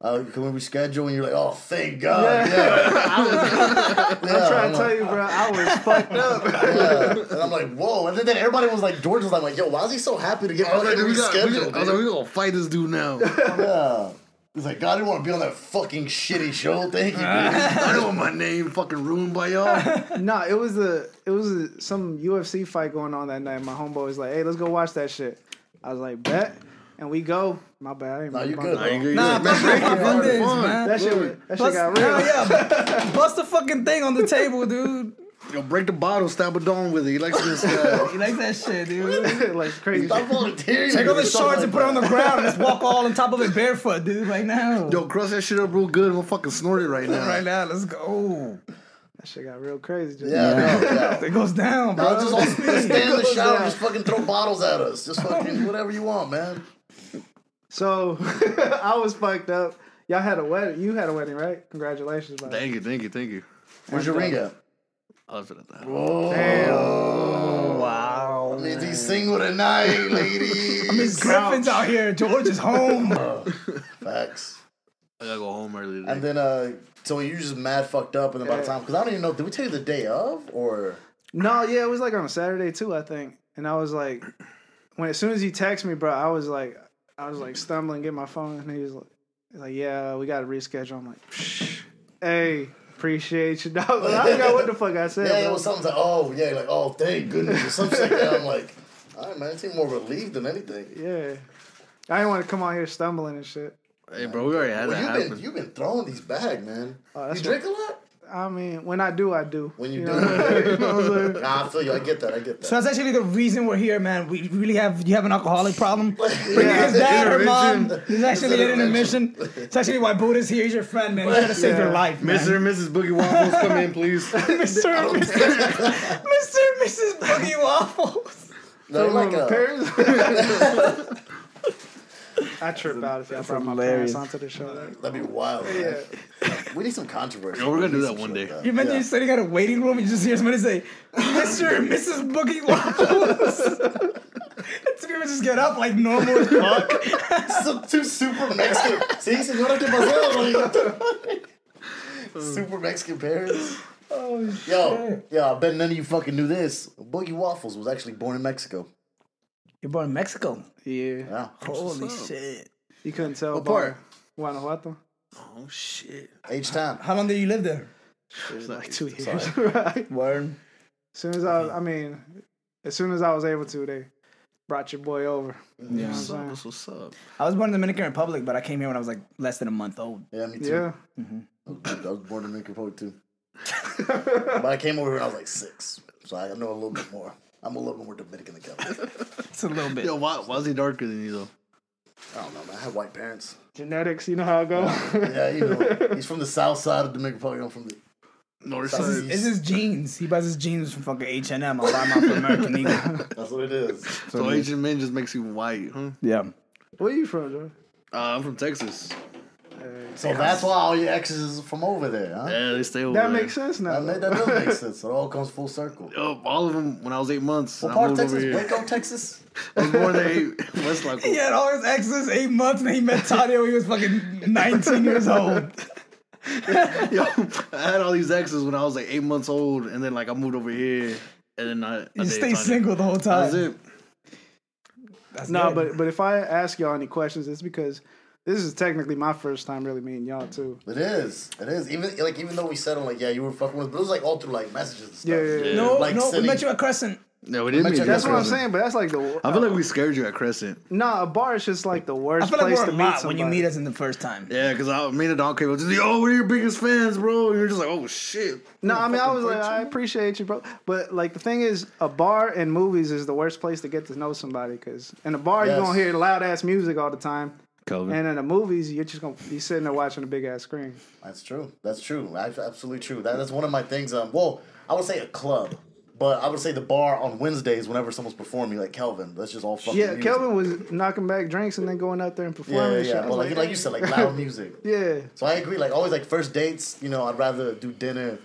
Speaker 1: Uh, can we reschedule? And you're like, oh, thank God. Yeah.
Speaker 3: I'm trying
Speaker 1: I'm
Speaker 3: to tell you, bro. I was fucked up.
Speaker 1: Yeah. And I'm like, whoa. And then, then everybody was like, George was like, like, yo, why is he so happy to get
Speaker 2: I was like,
Speaker 1: fucking
Speaker 2: we got, we
Speaker 1: rescheduled?
Speaker 2: got, I was like,
Speaker 1: dude?
Speaker 2: we gonna fight this dude now.
Speaker 1: Yeah. He's like, God, I didn't want to be on that fucking shitty show. Thank you, dude.
Speaker 2: I don't want my name fucking ruined by y'all.
Speaker 3: no, it was a it was a, some UFC fight going on that night. My homeboy was like, "Hey, let's go watch that shit." I was like, "Bet," and we go. My bad. I didn't
Speaker 1: No,
Speaker 3: really
Speaker 1: you
Speaker 3: bump
Speaker 1: good.
Speaker 3: out.
Speaker 1: bro.
Speaker 4: Nah,
Speaker 2: Like, man,
Speaker 4: fuck
Speaker 2: break
Speaker 4: it,
Speaker 2: it,
Speaker 4: fuck
Speaker 2: bro.
Speaker 4: this,
Speaker 2: Fun.
Speaker 4: man.
Speaker 3: That shit, was- that shit
Speaker 4: Bust,
Speaker 3: got real.
Speaker 4: hell yeah, bust the fucking thing on the table, dude.
Speaker 2: Yo, break the bottle, stab a dong with it. He likes this uh, guy.
Speaker 4: You like that shit, dude?
Speaker 3: like crazy.
Speaker 1: Stop volunteering.
Speaker 4: Take off
Speaker 1: for
Speaker 4: his
Speaker 1: stuff
Speaker 4: shorts
Speaker 1: like
Speaker 4: and put it on the
Speaker 1: that.
Speaker 4: ground and just walk all on top of it barefoot, dude, right now.
Speaker 2: Yo, cross that shit up real good. I'm gonna fucking snort it right now.
Speaker 4: Right now, let's go.
Speaker 3: That shit got real crazy. Just
Speaker 1: Yeah, no, yeah.
Speaker 4: It goes down, bro.
Speaker 1: I'll just all just stand in the
Speaker 3: Goes
Speaker 1: shower,
Speaker 3: down.
Speaker 1: just fucking throw bottles at us. Just fucking whatever you want, man.
Speaker 3: So I was fucked up. Y'all had a wedding. You had a wedding, right? Congratulations, by the way.
Speaker 2: Thank you, thank you, thank you.
Speaker 1: Where's your ring at?
Speaker 2: I was at that.
Speaker 1: Oh,
Speaker 4: wow.
Speaker 1: I mean, he's single tonight, ladies.
Speaker 4: Miss Griffin's out here. George is home.
Speaker 1: Facts.
Speaker 2: I gotta go home early today.
Speaker 1: And then, uh, so you just mad fucked up, and then by the time, because I don't even know, did we tell you the day of or?
Speaker 3: No, yeah, it was like on a Saturday too, I think. And I was like, when as soon as you text me, bro, I was like, I was like stumbling, get my phone, and he was like, he's like yeah, we got to reschedule. I'm like, Psh, hey, appreciate you. dog." I forgot what the fuck I said.
Speaker 1: Yeah,
Speaker 3: bro.
Speaker 1: it was something like, oh, yeah, like, oh, thank goodness, or something like that. I'm like, all right, man, it seemed more relieved than anything.
Speaker 3: yeah. I didn't want to come on here stumbling and shit.
Speaker 2: Hey, bro, we already
Speaker 1: Well,
Speaker 2: had that
Speaker 1: you've
Speaker 2: happen.
Speaker 1: been, you've been throwing these back, man.
Speaker 3: that's
Speaker 1: you drink a lot?
Speaker 3: I mean, when I do, I do.
Speaker 1: When you
Speaker 3: You
Speaker 1: do. nah, I feel you. I get that. I get that.
Speaker 4: So that's actually the reason we're here, man. We really have you have an alcoholic problem. But
Speaker 1: Yeah.
Speaker 4: his dad, her mom.
Speaker 2: Intervention.
Speaker 4: This is actually an intermission. It's actually why Buddha's here. He's your friend, man. He's trying to save your life, man.
Speaker 2: Mr. and Mrs. Boogie Waffles, come in, please.
Speaker 4: Mr. and Mrs. Mr. and Mrs. Boogie Waffles.
Speaker 1: no, like uh,
Speaker 3: my
Speaker 1: a,
Speaker 3: parents. I trip out if y'all brought my
Speaker 4: hilarious.
Speaker 3: parents onto the show.
Speaker 1: that'd be wild. Man. We need some controversy.
Speaker 2: Yo, we're gonna
Speaker 1: We need
Speaker 2: do that
Speaker 1: some
Speaker 2: one
Speaker 1: shit
Speaker 2: day.
Speaker 1: like
Speaker 4: You imagine you're sitting at a waiting room and you just hear somebody say, Mr. and Mrs. Boogie Waffles. and some people just get up like normal as fuck.
Speaker 1: Some, two super Mexican. See, senora, que pasó? Like, super Mexican parents.
Speaker 4: Oh,
Speaker 1: Yo, yo, I bet none of you fucking knew this. Boogie Waffles was actually born in Mexico.
Speaker 4: You're born in Mexico.
Speaker 3: Yeah.
Speaker 1: Yeah.
Speaker 4: Holy shit.
Speaker 3: You couldn't tell.
Speaker 4: What part?
Speaker 3: by Guanajuato.
Speaker 2: Oh, shit.
Speaker 1: H time.
Speaker 4: How long did you live there?
Speaker 3: Like two years, right?
Speaker 4: Word.
Speaker 3: As soon as I, I mean, as soon as I was able to, they brought your boy over.
Speaker 4: Yeah.
Speaker 2: What's up? What's, what's up?
Speaker 4: I was born in the Dominican Republic, but I came here when I was like less than a month old.
Speaker 1: Yeah, me too.
Speaker 3: Yeah.
Speaker 1: I was born in Dominican Republic too. but I came over here when I was like six. So I know a little bit more. I'm a little bit more Dominican than Kevin.
Speaker 4: It's a little bit.
Speaker 2: Yo, why, why is he darker than you, though?
Speaker 1: I don't know, man. I have white parents.
Speaker 3: Genetics, you know how it goes.
Speaker 1: Yeah, you know. He's from the south side of Dominican Republic. I'm from the
Speaker 2: North
Speaker 1: That's-
Speaker 2: side.
Speaker 4: It's his jeans. He buys his jeans from fucking H and M. I buy mine from American Eagle.
Speaker 1: That's what it is.
Speaker 2: So Asian men just makes you white, huh?
Speaker 4: Yeah.
Speaker 3: Where you from, Joe?
Speaker 2: Uh, I'm from Texas.
Speaker 1: So that's why all your exes is from over there, huh?
Speaker 2: Yeah, they stay over
Speaker 3: That
Speaker 2: there.
Speaker 3: makes sense now.
Speaker 1: That, ma- that does make sense. It all comes full circle.
Speaker 2: Oh, all of them when I was eight months.
Speaker 1: What
Speaker 2: I
Speaker 1: part of
Speaker 2: moved over
Speaker 1: Texas?
Speaker 2: here.
Speaker 1: Waco, Texas?
Speaker 2: I was born in West Lock.
Speaker 4: He had all his exes eight months, and he met Tanya when he was fucking nineteen years old.
Speaker 2: Yo, I had all these exes when I was like eight months old, and then like I moved over here, and then I, I
Speaker 4: You
Speaker 2: dated
Speaker 4: stay
Speaker 2: Tanya.
Speaker 4: single the whole time.
Speaker 2: That's it.
Speaker 4: That's
Speaker 3: No,
Speaker 4: good.
Speaker 3: but but if I ask y'all any questions, it's because this is technically my first time really meeting y'all too.
Speaker 1: It is. It is. Even like even though we said I'm like, yeah, you were fucking with, but it was like all through like messages and stuff.
Speaker 3: Yeah, yeah, yeah.
Speaker 4: no,
Speaker 1: like
Speaker 4: no, we
Speaker 1: sitting-
Speaker 4: met you at Crescent.
Speaker 2: No, we didn't.
Speaker 1: Imagine
Speaker 2: meet
Speaker 1: that's
Speaker 3: That's
Speaker 2: that
Speaker 3: what I'm
Speaker 2: person.
Speaker 3: saying. But that's like the
Speaker 2: I feel like we scared you at Crescent.
Speaker 3: nah. A bar is just like the worst
Speaker 4: I feel like
Speaker 3: place
Speaker 4: we're a
Speaker 3: to meet
Speaker 4: lot when
Speaker 3: somebody.
Speaker 4: you meet us in the first time.
Speaker 2: Yeah, because I me and the dog came up just like, oh, we're your biggest fans, bro. And you're just like, oh shit.
Speaker 3: No, I mean I was like, I appreciate you, bro. But like the thing is, a bar and movies is the worst place to get to know somebody because in a bar
Speaker 1: Yes.
Speaker 3: you're gonna hear loud ass music all the time,
Speaker 2: Kelvin.
Speaker 3: and in the movies you're just gonna be sitting there watching a big ass screen.
Speaker 1: That's true. That's true. That's absolutely true. That, that's one of my things. Um, well, I would say a club, but I would say the bar on Wednesdays whenever someone's performing, like Kelvin. That's just all fucking.
Speaker 3: Yeah,
Speaker 1: music.
Speaker 3: Kelvin was knocking back drinks and then going out there and
Speaker 1: Yeah,
Speaker 3: performing.
Speaker 1: yeah,
Speaker 3: and shit.
Speaker 1: yeah.
Speaker 3: I
Speaker 1: But
Speaker 3: was
Speaker 1: like, like you said, like loud music.
Speaker 3: yeah.
Speaker 1: So I agree. Like always, like first dates, you know, I'd rather do dinner,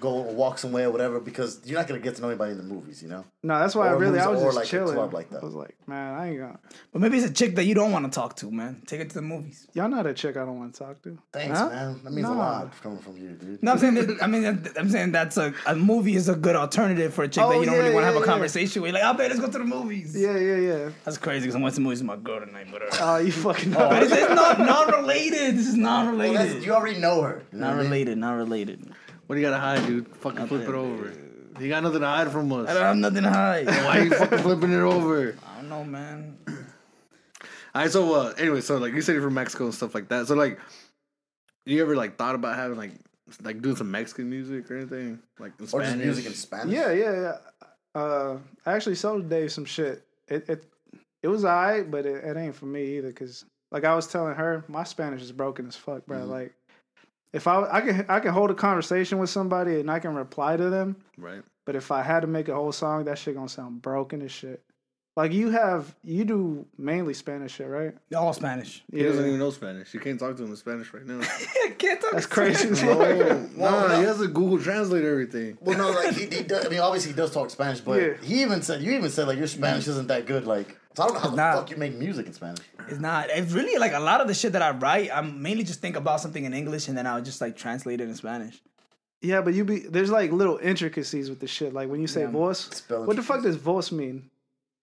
Speaker 1: go walk somewhere or whatever because you're not gonna get to know anybody in the movies, you know.
Speaker 3: No, that's why I
Speaker 1: Or
Speaker 3: really I
Speaker 1: movies
Speaker 3: was
Speaker 1: or
Speaker 3: just
Speaker 1: like a
Speaker 3: chilling.
Speaker 1: club like that.
Speaker 3: I was like, man, I ain't gonna.
Speaker 4: But maybe it's a chick that you don't want to talk to, man. Take her to the movies.
Speaker 3: Y'all not a chick I don't want to talk to.
Speaker 1: Thanks,
Speaker 4: Huh?
Speaker 1: man. That means a
Speaker 3: Nah.
Speaker 1: lot coming from you, dude.
Speaker 4: No, I'm saying. That, I mean, that- I'm saying that's a a movie is a good alternative for a chick
Speaker 3: Oh,
Speaker 4: that you don't
Speaker 3: yeah,
Speaker 4: really want to
Speaker 3: yeah,
Speaker 4: have a
Speaker 3: yeah.
Speaker 4: conversation with. Like, I bet let's go to the movies.
Speaker 3: Yeah, yeah, yeah.
Speaker 4: That's crazy because I went to the movies with my girl tonight, but. Uh,
Speaker 3: Oh, you fucking.
Speaker 4: but it's, it's not non-related. This is
Speaker 1: Well, that's-
Speaker 4: non-related.
Speaker 1: you already know her. You know
Speaker 4: Not
Speaker 3: Mm-hmm.
Speaker 1: what I mean?
Speaker 4: related. Not related.
Speaker 2: What do you gotta hide, dude? Fucking flip it over. You got nothing to hide from us.
Speaker 4: I don't have nothing to hide.
Speaker 2: Why you fucking flipping it over?
Speaker 4: I don't know, man.
Speaker 2: All right, so uh, anyway, so like you said, you're from Mexico and stuff like that. So like, you ever like thought about having like s- like doing some Mexican music or anything like in
Speaker 1: Or
Speaker 2: Spanish?
Speaker 1: just music in Spanish.
Speaker 3: Yeah, yeah, yeah. Uh, I actually sold Dave some shit. It it it was alright, but it, it ain't for me either. Cause like I was telling her, my Spanish is broken as fuck, bro. Like if I I can I can hold a conversation with somebody and I can reply to them,
Speaker 2: right?
Speaker 3: but if I had to make a whole song, that shit gonna sound broken as shit. Like you have you do mainly Spanish shit, right?
Speaker 4: All Spanish.
Speaker 2: He doesn't even know Spanish. You can't talk to him in Spanish right now.
Speaker 4: I can't talk.
Speaker 3: That's crazy. as
Speaker 2: oh,
Speaker 3: fuck.
Speaker 2: nah,
Speaker 1: no.
Speaker 2: he has to Google Translate everything.
Speaker 1: Well, no, like he, he does, I mean, obviously he does talk Spanish, but
Speaker 3: Yeah.
Speaker 1: he even said you even said like your Spanish isn't that good. Like, so I don't know how the
Speaker 4: Nah.
Speaker 1: fuck you make music in Spanish.
Speaker 4: It's not. It's really like a lot of the shit that I write. I mainly just think about something in English and then I'll just like translate it in Spanish.
Speaker 3: Yeah, but you be there's like little intricacies with the shit. Like when you say voice,
Speaker 1: Spell
Speaker 3: what the fuck does voice mean?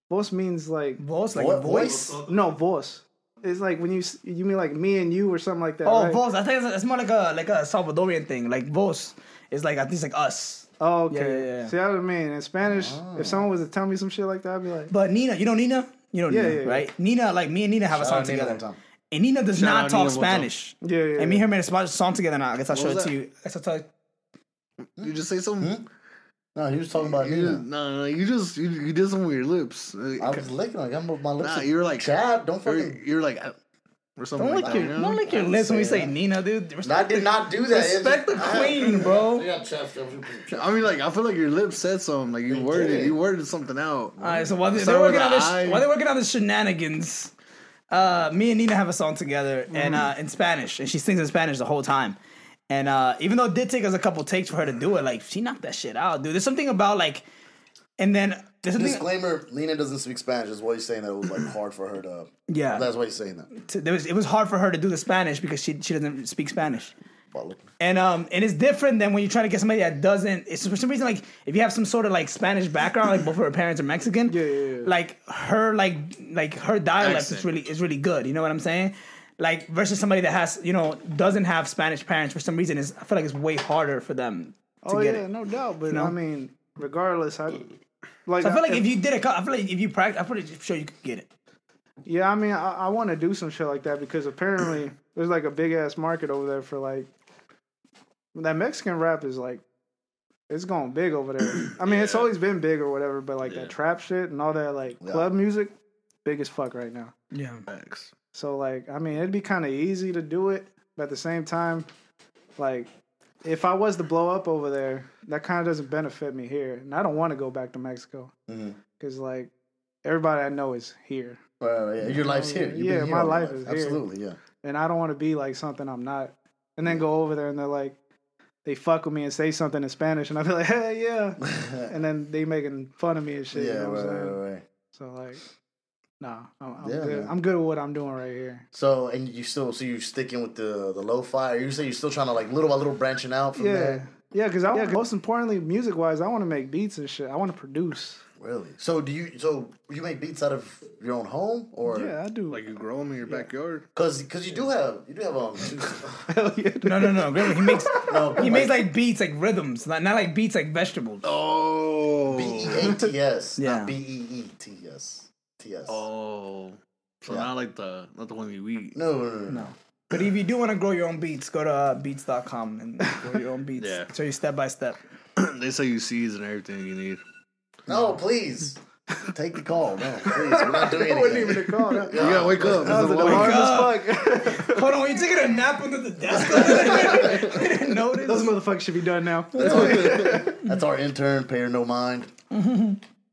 Speaker 3: Voice means like
Speaker 4: Voice, like
Speaker 1: Vo-
Speaker 4: a voice.
Speaker 1: voice?
Speaker 3: No, voice. It's like when you s- you mean like me and you or something like that.
Speaker 4: Oh,
Speaker 3: right?
Speaker 4: voice. I think it's, it's more like a like a Salvadorian thing. Like voice is like I think it's like us.
Speaker 3: Oh, okay.
Speaker 4: Yeah, yeah, Oh. yeah.
Speaker 3: See what I mean? In Spanish, if someone was to tell me some shit like that, I'd be like,
Speaker 4: But Nina, you know Nina. You know
Speaker 3: Yeah,
Speaker 4: Nina,
Speaker 3: yeah, yeah.
Speaker 4: right? Nina, like me and Nina have a
Speaker 1: Shout
Speaker 4: song
Speaker 1: out Nina
Speaker 4: together.
Speaker 1: one time.
Speaker 4: And Nina does
Speaker 2: Shout
Speaker 4: not
Speaker 2: out
Speaker 4: talk
Speaker 2: Nina one time.
Speaker 4: Spanish.
Speaker 3: yeah, yeah.
Speaker 4: And me and her made a sp- song together now. I guess I'll show it
Speaker 2: was
Speaker 4: to
Speaker 2: that?
Speaker 4: you. I guess I'll tell you.
Speaker 2: You just say something.
Speaker 1: Hmm? No, he was talking about
Speaker 2: You just,
Speaker 1: Nina.
Speaker 2: no, no, you just you, you did something with your lips. Uh,
Speaker 1: I was licking like I'm my lips.
Speaker 2: nah,
Speaker 1: are-
Speaker 2: you're like
Speaker 1: Chad. Don't
Speaker 2: You're,
Speaker 1: fucking.
Speaker 2: you're like "Ow," or
Speaker 1: Oh
Speaker 2: something.
Speaker 4: Don't
Speaker 2: like
Speaker 4: lick
Speaker 2: that,
Speaker 4: your
Speaker 2: you know?
Speaker 4: don't lick your lips when we
Speaker 1: say
Speaker 4: say
Speaker 1: that.
Speaker 4: Nina, dude. Respect,
Speaker 1: I did not do that.
Speaker 4: respect the queen, bro.
Speaker 1: got Chad.
Speaker 2: I mean, like I feel like your lips said something. Like you worded,
Speaker 1: did.
Speaker 2: you worded something out.
Speaker 4: All right, Uh, so while they,
Speaker 2: Start
Speaker 4: are
Speaker 2: with
Speaker 4: working on
Speaker 2: the
Speaker 4: this,
Speaker 2: eye.
Speaker 4: while they're working on the shenanigans, uh, me and Nina have a song together and uh, in Spanish, and she sings in Spanish the whole time. And uh, even though it did take us a couple takes for her to do it, like she knocked that shit out, dude. There's something about like, and then there's something,
Speaker 1: Disclaimer: Nina doesn't speak Spanish. Is why he's saying that it was like hard for her to.
Speaker 4: yeah.
Speaker 1: That's why he's saying that.
Speaker 4: t- there was, it was hard for her to do the Spanish because she she doesn't speak Spanish.
Speaker 1: Probably.
Speaker 4: And um, and it's different than when you try to get somebody that doesn't. It's for some reason like if you have some sort of like Spanish background, like both of her parents are Mexican.
Speaker 3: Yeah, yeah, yeah.
Speaker 4: Like her like like her dialect is
Speaker 2: Accent.
Speaker 4: really is really good. You know what I'm saying? Like versus somebody that has you know doesn't have Spanish parents for some reason is I feel like it's way harder for them to
Speaker 3: oh yeah,
Speaker 4: get it.
Speaker 3: no doubt. But
Speaker 4: know?
Speaker 3: I mean, regardless, I like.
Speaker 4: So I feel like if you did a, cou- I feel like if you practice, I'm pretty sure you could get it.
Speaker 3: yeah, I mean, I, I want to do some shit like that because apparently there's like a big ass market over there for like that Mexican rap is like it's going big over there. I mean, it's always been big or whatever, but like that trap shit and all that like club music, big as fuck right now.
Speaker 4: Yeah.
Speaker 2: Facts.
Speaker 3: So like, I mean, it'd be kind of easy to do it, but at the same time, like, if I was to blow up over there, that kind of doesn't benefit me here, and I don't want to go back to Mexico
Speaker 1: Mhm.
Speaker 3: because like everybody I know is here,
Speaker 1: Well, yeah, your life's here. You've been
Speaker 3: Oh, Yeah,
Speaker 1: here
Speaker 3: my
Speaker 1: all your
Speaker 3: life is here.
Speaker 1: Absolutely, yeah.
Speaker 3: and I don't want to be like something I'm not, and
Speaker 1: Mm.
Speaker 3: then go over there and they're like, they fuck with me and say something in Spanish, and I be like, hey, yeah, and then they making fun of me and shit.
Speaker 1: yeah,
Speaker 3: you know what
Speaker 1: right,
Speaker 3: I'm
Speaker 1: right,
Speaker 3: saying?
Speaker 1: right, right.
Speaker 3: So like, nah, I'm, I'm
Speaker 1: Yeah,
Speaker 3: good.
Speaker 1: man.
Speaker 3: I'm good at what I'm doing right here.
Speaker 1: So and you still so you sticking with the the lo-fi? Or you say you're still trying to like little by little branching out from
Speaker 3: Yeah.
Speaker 1: there?
Speaker 3: Yeah, because I most importantly, music wise, I want to make beats and shit. I want to produce.
Speaker 1: Really? So do you? So you make beats out of your own home, or
Speaker 3: Yeah, I do.
Speaker 2: Like you grow them in your backyard.
Speaker 1: because because you do have you do have um two,
Speaker 3: hell Oh, yeah.
Speaker 4: No, no, no. Really, he makes
Speaker 1: no,
Speaker 4: he makes like beats like rhythms, not, not like beats like vegetables.
Speaker 2: Oh.
Speaker 1: B E A T S,
Speaker 4: Yeah.
Speaker 1: not B E E T S T S.
Speaker 2: Oh. So
Speaker 1: Yeah.
Speaker 2: not like the not the one you eat.
Speaker 1: No, no, no, no.
Speaker 4: No. But if you do want to grow your own beats, go to uh, beats.com and grow your own beats.
Speaker 2: Yeah.
Speaker 4: Show you step by step.
Speaker 2: they sell you seeds and everything you need.
Speaker 1: No, please take the call. No, please, we're not doing anything.
Speaker 3: Call that.
Speaker 2: You gotta wake up.
Speaker 3: That was
Speaker 2: It's
Speaker 1: Oh
Speaker 2: the
Speaker 3: alarm
Speaker 2: light.
Speaker 3: as fuck.
Speaker 4: Hold on, were you taking a nap under the desk? I didn't
Speaker 3: Those
Speaker 4: notice.
Speaker 3: motherfuckers should be done now.
Speaker 1: That's our intern, pay her no mind.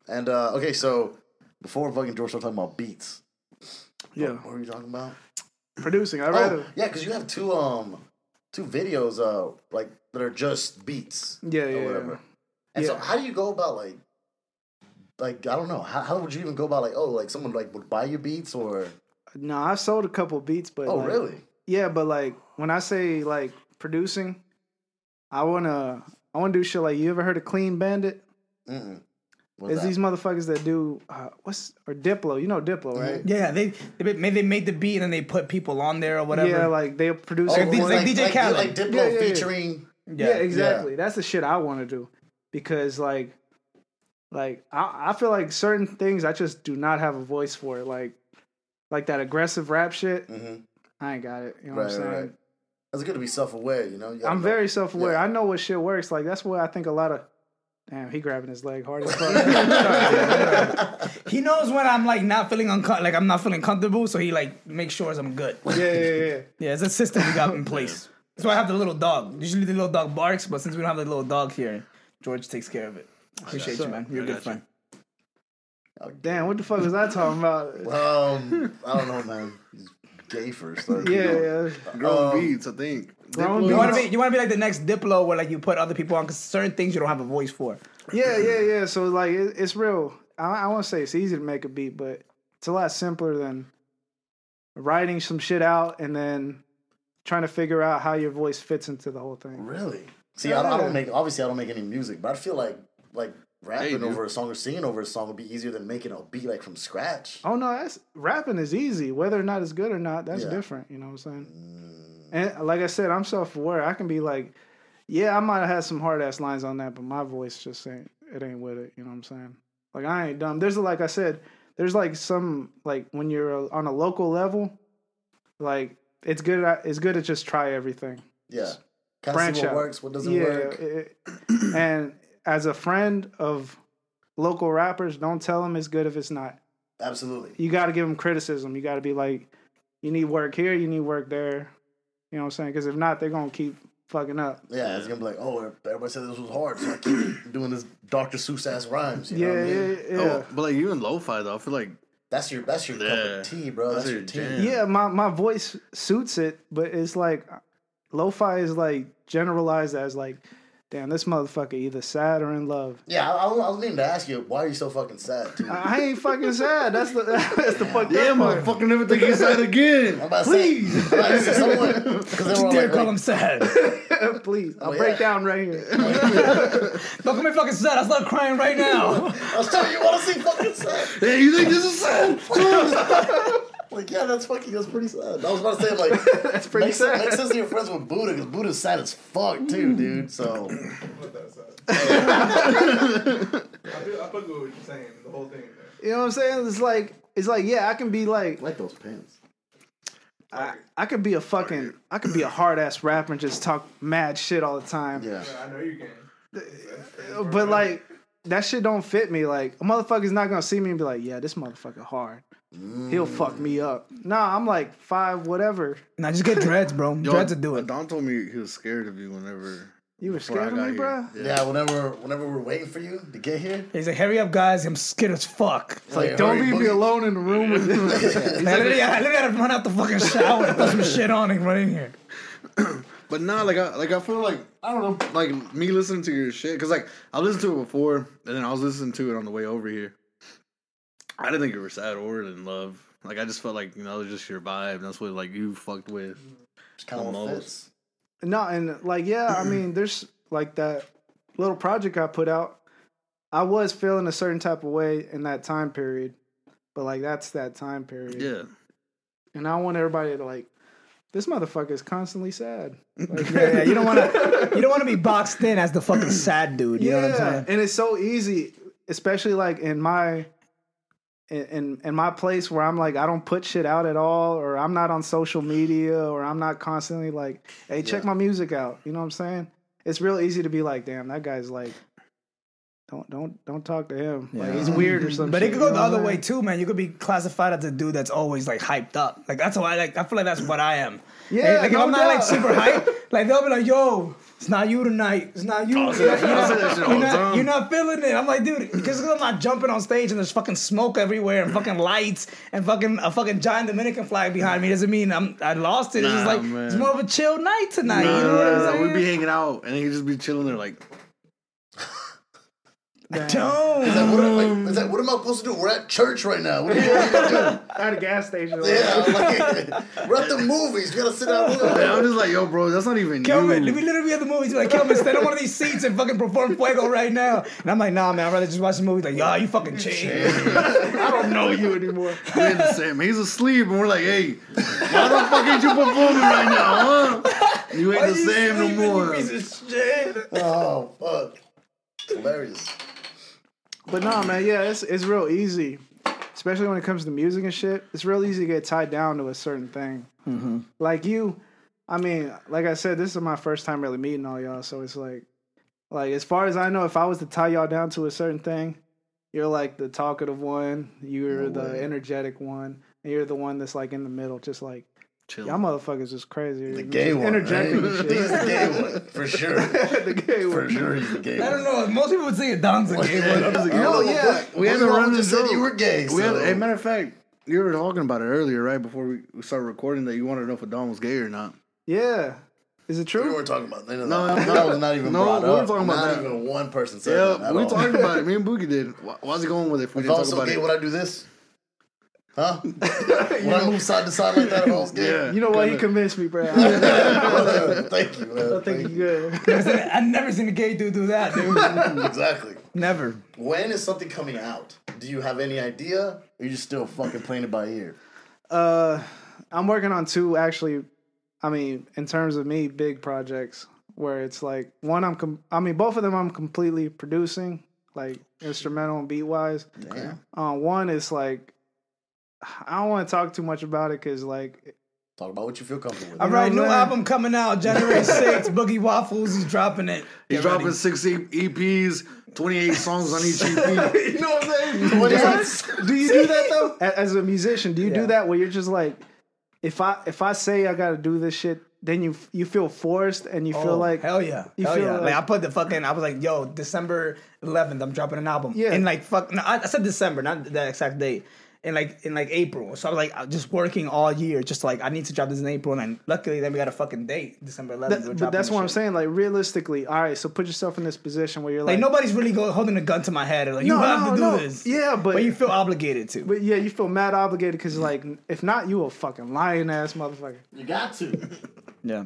Speaker 1: and uh okay, so before fucking George started talking about beats,
Speaker 3: yeah,
Speaker 1: what were you talking about?
Speaker 3: producing. I'd
Speaker 1: Oh,
Speaker 3: rather.
Speaker 1: yeah, because you have two um two videos uh like that are just beats
Speaker 3: Yeah, yeah,
Speaker 1: or
Speaker 3: yeah.
Speaker 1: whatever. And so
Speaker 3: Yeah.
Speaker 1: how do you go about like like I don't know how, how would you even go about like oh like someone like would buy your beats or
Speaker 3: No, I've sold a couple beats, but
Speaker 1: oh
Speaker 3: like,
Speaker 1: really
Speaker 3: Yeah, but like when I say like producing, I wanna I wanna do shit like you ever heard of Clean Bandit?
Speaker 1: Mm-mm. What's
Speaker 3: It's
Speaker 1: that? Mm-hmm.
Speaker 3: these motherfuckers that do uh, what's or Diplo? You know Diplo, right?
Speaker 4: Yeah, they they made, they made the beat and they put people on there or whatever.
Speaker 3: Yeah, like they produce.
Speaker 1: Oh,
Speaker 4: like D-
Speaker 1: or
Speaker 4: like DJ Khaled.
Speaker 1: like Diplo
Speaker 3: Yeah, yeah, yeah.
Speaker 1: featuring
Speaker 3: yeah, exactly. That's the shit I want to do because like, like I I feel like certain things I just do not have a voice for. Like, like that aggressive rap shit,
Speaker 1: Mhm.
Speaker 3: I ain't got it. You know
Speaker 1: Right,
Speaker 3: what I'm saying?
Speaker 1: right. That's good to be self-aware, you know. You gotta
Speaker 3: I'm
Speaker 1: know-
Speaker 3: very self aware.
Speaker 1: Yeah.
Speaker 3: I know what shit works. Like that's why I think a lot of damn he grabbing his leg hard as fuck.
Speaker 4: He knows when I'm like not feeling uncom- like I'm not feeling comfortable, so he like makes sure I'm good.
Speaker 3: yeah, yeah, yeah.
Speaker 4: Yeah, it's a system we got in place. That's why I have the little dog. Usually the little dog barks, but since we don't have the little dog here, George takes care of it. Appreciate you, man. You're a good friend.
Speaker 3: Damn, what the fuck was I talking about?
Speaker 1: Um, I don't know, man. He's gay first. like,
Speaker 3: yeah,
Speaker 1: you know.
Speaker 3: yeah.
Speaker 2: Grown
Speaker 1: Um,
Speaker 2: beats, I think.
Speaker 3: Grown
Speaker 2: Diplo-
Speaker 4: You want to be you want to be like the next Diplo, where like you put other people on because certain things you don't have a voice for.
Speaker 3: Yeah, yeah, yeah. So like it, it's real. I, I won't say it's easy to make a beat, but it's a lot simpler than writing some shit out and then trying to figure out how your voice fits into the whole thing.
Speaker 1: Really? See, I, I don't make obviously I don't make any music, but I feel like like rapping
Speaker 2: dude.
Speaker 1: over a song or singing over a song would be easier than making a beat like from scratch.
Speaker 3: Oh no, that's rapping is easy. Whether or not it's good or not, that's
Speaker 1: Yeah. Mm.
Speaker 3: different. You know what I'm saying? And like I said, I'm self aware. I can be like, yeah, I might have had some hard ass lines on that, but my voice just ain't it ain't with it. You know what I'm saying? Like I ain't dumb. There's like I said, there's like some like when you're uh, on a local level, like it's good. At, it's good to just try everything.
Speaker 1: Yeah. Kind of
Speaker 3: Branch
Speaker 1: see what
Speaker 3: out.
Speaker 1: works, what doesn't
Speaker 3: yeah,
Speaker 1: work.
Speaker 3: it- it- and as a friend of local rappers, don't tell them it's good if it's not
Speaker 1: Absolutely.
Speaker 3: you got to give them criticism. You got to be like, you need work here, you need work there. You know what I'm saying? Because if not, they're gonna keep fucking up.
Speaker 1: Yeah, it's gonna be like, oh, everybody said this was hard, so I keep doing this Dr. Seuss ass rhymes. You know what
Speaker 3: Yeah,
Speaker 1: I mean?
Speaker 3: yeah, yeah.
Speaker 2: Oh, but like even lo-fi though, I feel like
Speaker 1: That's your that's your cup
Speaker 2: Yeah.
Speaker 1: of tea, bro. That's,
Speaker 2: That's
Speaker 1: your
Speaker 2: your
Speaker 1: tea.
Speaker 2: jam.
Speaker 3: yeah. my my voice suits it, but it's like, lo-fi is like generalized as like, damn, this motherfucker either sad or in love.
Speaker 1: Yeah, I, I was- I was meaning to ask you, why are you so fucking sad, dude? I'm
Speaker 3: I ain't fucking sad. That's the that's the fucked
Speaker 2: yeah,
Speaker 3: up part.
Speaker 2: motherfucker, never think inside again.
Speaker 1: about to say,
Speaker 2: Please.
Speaker 1: I'm about to say someone, because they were all
Speaker 4: Dare
Speaker 1: like,
Speaker 4: call
Speaker 1: like,
Speaker 4: him sad.
Speaker 3: Please, I'll
Speaker 1: Oh,
Speaker 3: break
Speaker 1: yeah.
Speaker 3: down right here.
Speaker 4: don't call me fucking sad. I start crying right now.
Speaker 1: I'll tell you want to see fucking sad.
Speaker 2: Hey, you think this is sad?
Speaker 1: Like, yeah, that's fucking, that's pretty sad. I was about to say, like,
Speaker 3: That's pretty
Speaker 1: make
Speaker 3: sad.
Speaker 1: Sense,
Speaker 3: Mm.
Speaker 1: make sense to your friends with Buddha, because Buddha's sad as fuck, too, dude. So,
Speaker 5: What that said. I feel, I fuck with what you're saying. The whole thing. Man.
Speaker 3: You know what I'm saying? It's like it's like yeah, I can be like
Speaker 1: I like those pants.
Speaker 3: I, I could be a fucking I could be a hard ass rapper and just talk mad shit all the time.
Speaker 1: Yeah.
Speaker 5: I know you can.
Speaker 3: But like that shit don't fit me. Like a motherfucker's not gonna see me and be like, yeah, this motherfucker hard. He'll
Speaker 2: Mm.
Speaker 3: fuck me up. Nah, I'm like five whatever.
Speaker 4: Nah, just get dreads, bro. dreads will do it.
Speaker 2: Don told me he was scared of you whenever.
Speaker 3: You were
Speaker 2: before I
Speaker 3: scared of
Speaker 2: got
Speaker 3: me,
Speaker 2: here.
Speaker 3: bruh?
Speaker 2: Yeah.
Speaker 1: Yeah, whenever whenever we're waiting for you to get here,
Speaker 4: He's like, hurry up, guys. I'm scared as fuck.
Speaker 1: it's like,
Speaker 3: Don't
Speaker 1: hurry,
Speaker 3: leave me
Speaker 1: boogie.
Speaker 3: alone in the room with
Speaker 4: Like, I literally, I literally had to run out the fucking shower and put some shit on and run in here.
Speaker 2: But nah, like I like I feel like I don't know, like me listening to your shit because like I listened to it before and then I was listening to it on the way over here. I didn't think you were sad or in love. Like I just felt like you know it was just your vibe. And that's what like you fucked with.
Speaker 1: It's kind of what
Speaker 2: Almost.
Speaker 1: fits.
Speaker 3: No, and like yeah, I mean, there's like that little project I put out. I was feeling a certain type of way in that time period. But like that's that time period.
Speaker 2: Yeah,
Speaker 3: And I want everybody to like, this motherfucker is constantly sad. Like,
Speaker 4: Yeah, yeah, you don't want to. You don't want to be boxed in as the fucking sad dude. You
Speaker 3: yeah,
Speaker 4: know what I'm saying?
Speaker 3: and it's so easy, especially like in my, in, in in my place where I'm like I don't put shit out at all, or I'm not on social media, or I'm not constantly like, hey, check my music out. You know what I'm saying? It's real easy to be like, damn, that guy's like don't don't don't talk to him. Like
Speaker 4: Yeah.
Speaker 3: he's weird or something.
Speaker 4: But it could go the other way too, man. You could be classified as a dude that's always like hyped up. Like that's how I like. I feel like that's what I am.
Speaker 3: Yeah,
Speaker 4: like, like
Speaker 3: no
Speaker 4: if I'm not like
Speaker 3: doubt.
Speaker 4: super hyped, like they'll be like, "Yo, it's not you tonight. It's not you.
Speaker 2: say that shit-
Speaker 4: you're,
Speaker 2: I'll
Speaker 4: not,
Speaker 2: say that shit all
Speaker 4: you're
Speaker 2: the
Speaker 4: not-
Speaker 2: time.
Speaker 4: you're not feeling it." I'm like, dude, because I'm not jumping on stage and there's fucking smoke everywhere and fucking lights and fucking a fucking giant Dominican flag behind me doesn't mean I'm I lost it. It's just
Speaker 2: Nah,
Speaker 4: like it's
Speaker 2: man.
Speaker 4: more of a chill night tonight.
Speaker 2: Nah,
Speaker 4: you know what I'm
Speaker 2: nah, nah,
Speaker 4: saying?
Speaker 2: we'd be hanging out and he'd just be chilling there like
Speaker 1: Is
Speaker 4: Don't.
Speaker 1: that, what, am- like, is
Speaker 3: Um.
Speaker 1: that what am I supposed to do? We're at church right now. What do you want me to
Speaker 3: At a gas station.
Speaker 1: do? Yeah, like, we're at the movies. You gotta sit down.
Speaker 2: And I'm
Speaker 1: Look.
Speaker 2: just like, yo, bro, that's not even
Speaker 4: Kelvin,
Speaker 2: you.
Speaker 4: we literally at the movies. We're like, Kelvin, stand on one of these seats and fucking perform Fuego right now. And I'm like, nah, man, I'd rather just watch the movie. Like, yo, you fucking change.
Speaker 3: I don't know you anymore.
Speaker 2: We had the same. He's asleep, and we're like, hey, why the fuck ain't you performing right now, huh? You ain't the same no more.
Speaker 1: Oh, fuck. Hilarious.
Speaker 3: But no, man, yeah, it's it's real easy, especially when it comes to music and shit. It's real easy to get tied down to a certain thing.
Speaker 1: Mm-hmm.
Speaker 3: Like you, I mean, like I said, this is my first time really meeting all y'all, so it's like, like as far as I know, if I was to tie y'all down to a certain thing, you're like the talkative one, you're the energetic one, and you're the one that's like in the middle, just like
Speaker 2: Chill.
Speaker 3: y'all motherfuckers is crazy.
Speaker 1: The gay one.
Speaker 3: interjecting
Speaker 1: right?
Speaker 3: shit.
Speaker 1: He's the gay one, for sure.
Speaker 3: the gay one.
Speaker 1: For sure, he's the gay one.
Speaker 4: I don't know. Most people would say it Don's a gay one.
Speaker 1: Oh,
Speaker 2: yeah.
Speaker 1: We
Speaker 2: We had
Speaker 1: had
Speaker 2: to run
Speaker 1: just
Speaker 2: the
Speaker 1: said
Speaker 2: joke.
Speaker 1: you were gay.
Speaker 2: we had,
Speaker 1: so-
Speaker 2: hey, matter of fact, you were talking about it earlier, right? Before we we started recording, that you wanted to know if Don was gay or not.
Speaker 3: Yeah, is it
Speaker 1: we
Speaker 3: true?
Speaker 1: weren't talking about that. No,
Speaker 2: No,
Speaker 1: that
Speaker 2: no.
Speaker 1: was not even
Speaker 2: No,
Speaker 1: brought
Speaker 2: we were
Speaker 1: up.
Speaker 2: talking about
Speaker 1: not
Speaker 2: that.
Speaker 1: even one person said that.
Speaker 2: Yeah,
Speaker 1: at
Speaker 2: we
Speaker 1: all.
Speaker 2: talked about it. Me and Boogie did. Why, why's it going with it? If we
Speaker 1: If I
Speaker 2: didn't
Speaker 1: was
Speaker 2: talk
Speaker 1: so
Speaker 2: about
Speaker 1: gay,
Speaker 2: it.
Speaker 1: would I do this? Huh? would I move side to side like that if I was gay?
Speaker 2: Yeah.
Speaker 3: You know what? He convinced me, bro. I
Speaker 1: Thank you, man.
Speaker 3: don't think
Speaker 1: Thank
Speaker 3: you good.
Speaker 4: I've never seen a gay dude do that, dude.
Speaker 1: you. Exactly.
Speaker 4: Never.
Speaker 1: When is something coming out? Do you have any idea? Or are you still fucking playing it by ear?
Speaker 3: Uh, I'm working on two actually. I mean, in terms of me, big projects where it's like one I'm. Com- I mean, both of them I'm completely producing, like instrumental and beat wise.
Speaker 1: Damn.
Speaker 3: Uh, one is like I don't want to talk too much about it because like
Speaker 1: Talk about what you feel comfortable with.
Speaker 4: All right, new
Speaker 3: man.
Speaker 4: album coming out January 6th. Boogie Waffles is dropping it.
Speaker 2: He's dropping six E- EPs, 28 songs on each E EP.
Speaker 1: you know what I'm saying? What is
Speaker 3: do you do that though? A- As a musician, do you
Speaker 4: Yeah.
Speaker 3: do that where you're just like, if I if I say I got to do this shit, then you you feel forced and you
Speaker 4: Oh,
Speaker 3: feel like
Speaker 4: hell yeah,
Speaker 3: you
Speaker 4: hell
Speaker 3: feel
Speaker 4: yeah. Like,
Speaker 3: like-
Speaker 4: I put the fucking. I was like, yo, December 11th, I'm dropping an album.
Speaker 3: Yeah.
Speaker 4: In like fuck, no, I, I said December, not the exact date. In like in like April, so I was like I'm just working all year, just like I need to drop this in April, and then luckily then we got a fucking date, December 11th.
Speaker 3: That-
Speaker 4: we're
Speaker 3: but
Speaker 4: dropping
Speaker 3: that's
Speaker 4: the
Speaker 3: what I'm
Speaker 4: shit.
Speaker 3: saying. Like realistically, all right. So put yourself in this position where you're
Speaker 4: Like
Speaker 3: like,
Speaker 4: nobody's really go, holding a gun to my head, like you
Speaker 3: No,
Speaker 4: have
Speaker 3: no,
Speaker 4: to do
Speaker 3: no.
Speaker 4: this.
Speaker 3: Yeah, but-
Speaker 4: you feel obligated to.
Speaker 3: But yeah, you feel mad obligated because like, if not, you a fucking lying ass motherfucker.
Speaker 1: You got to.
Speaker 4: yeah,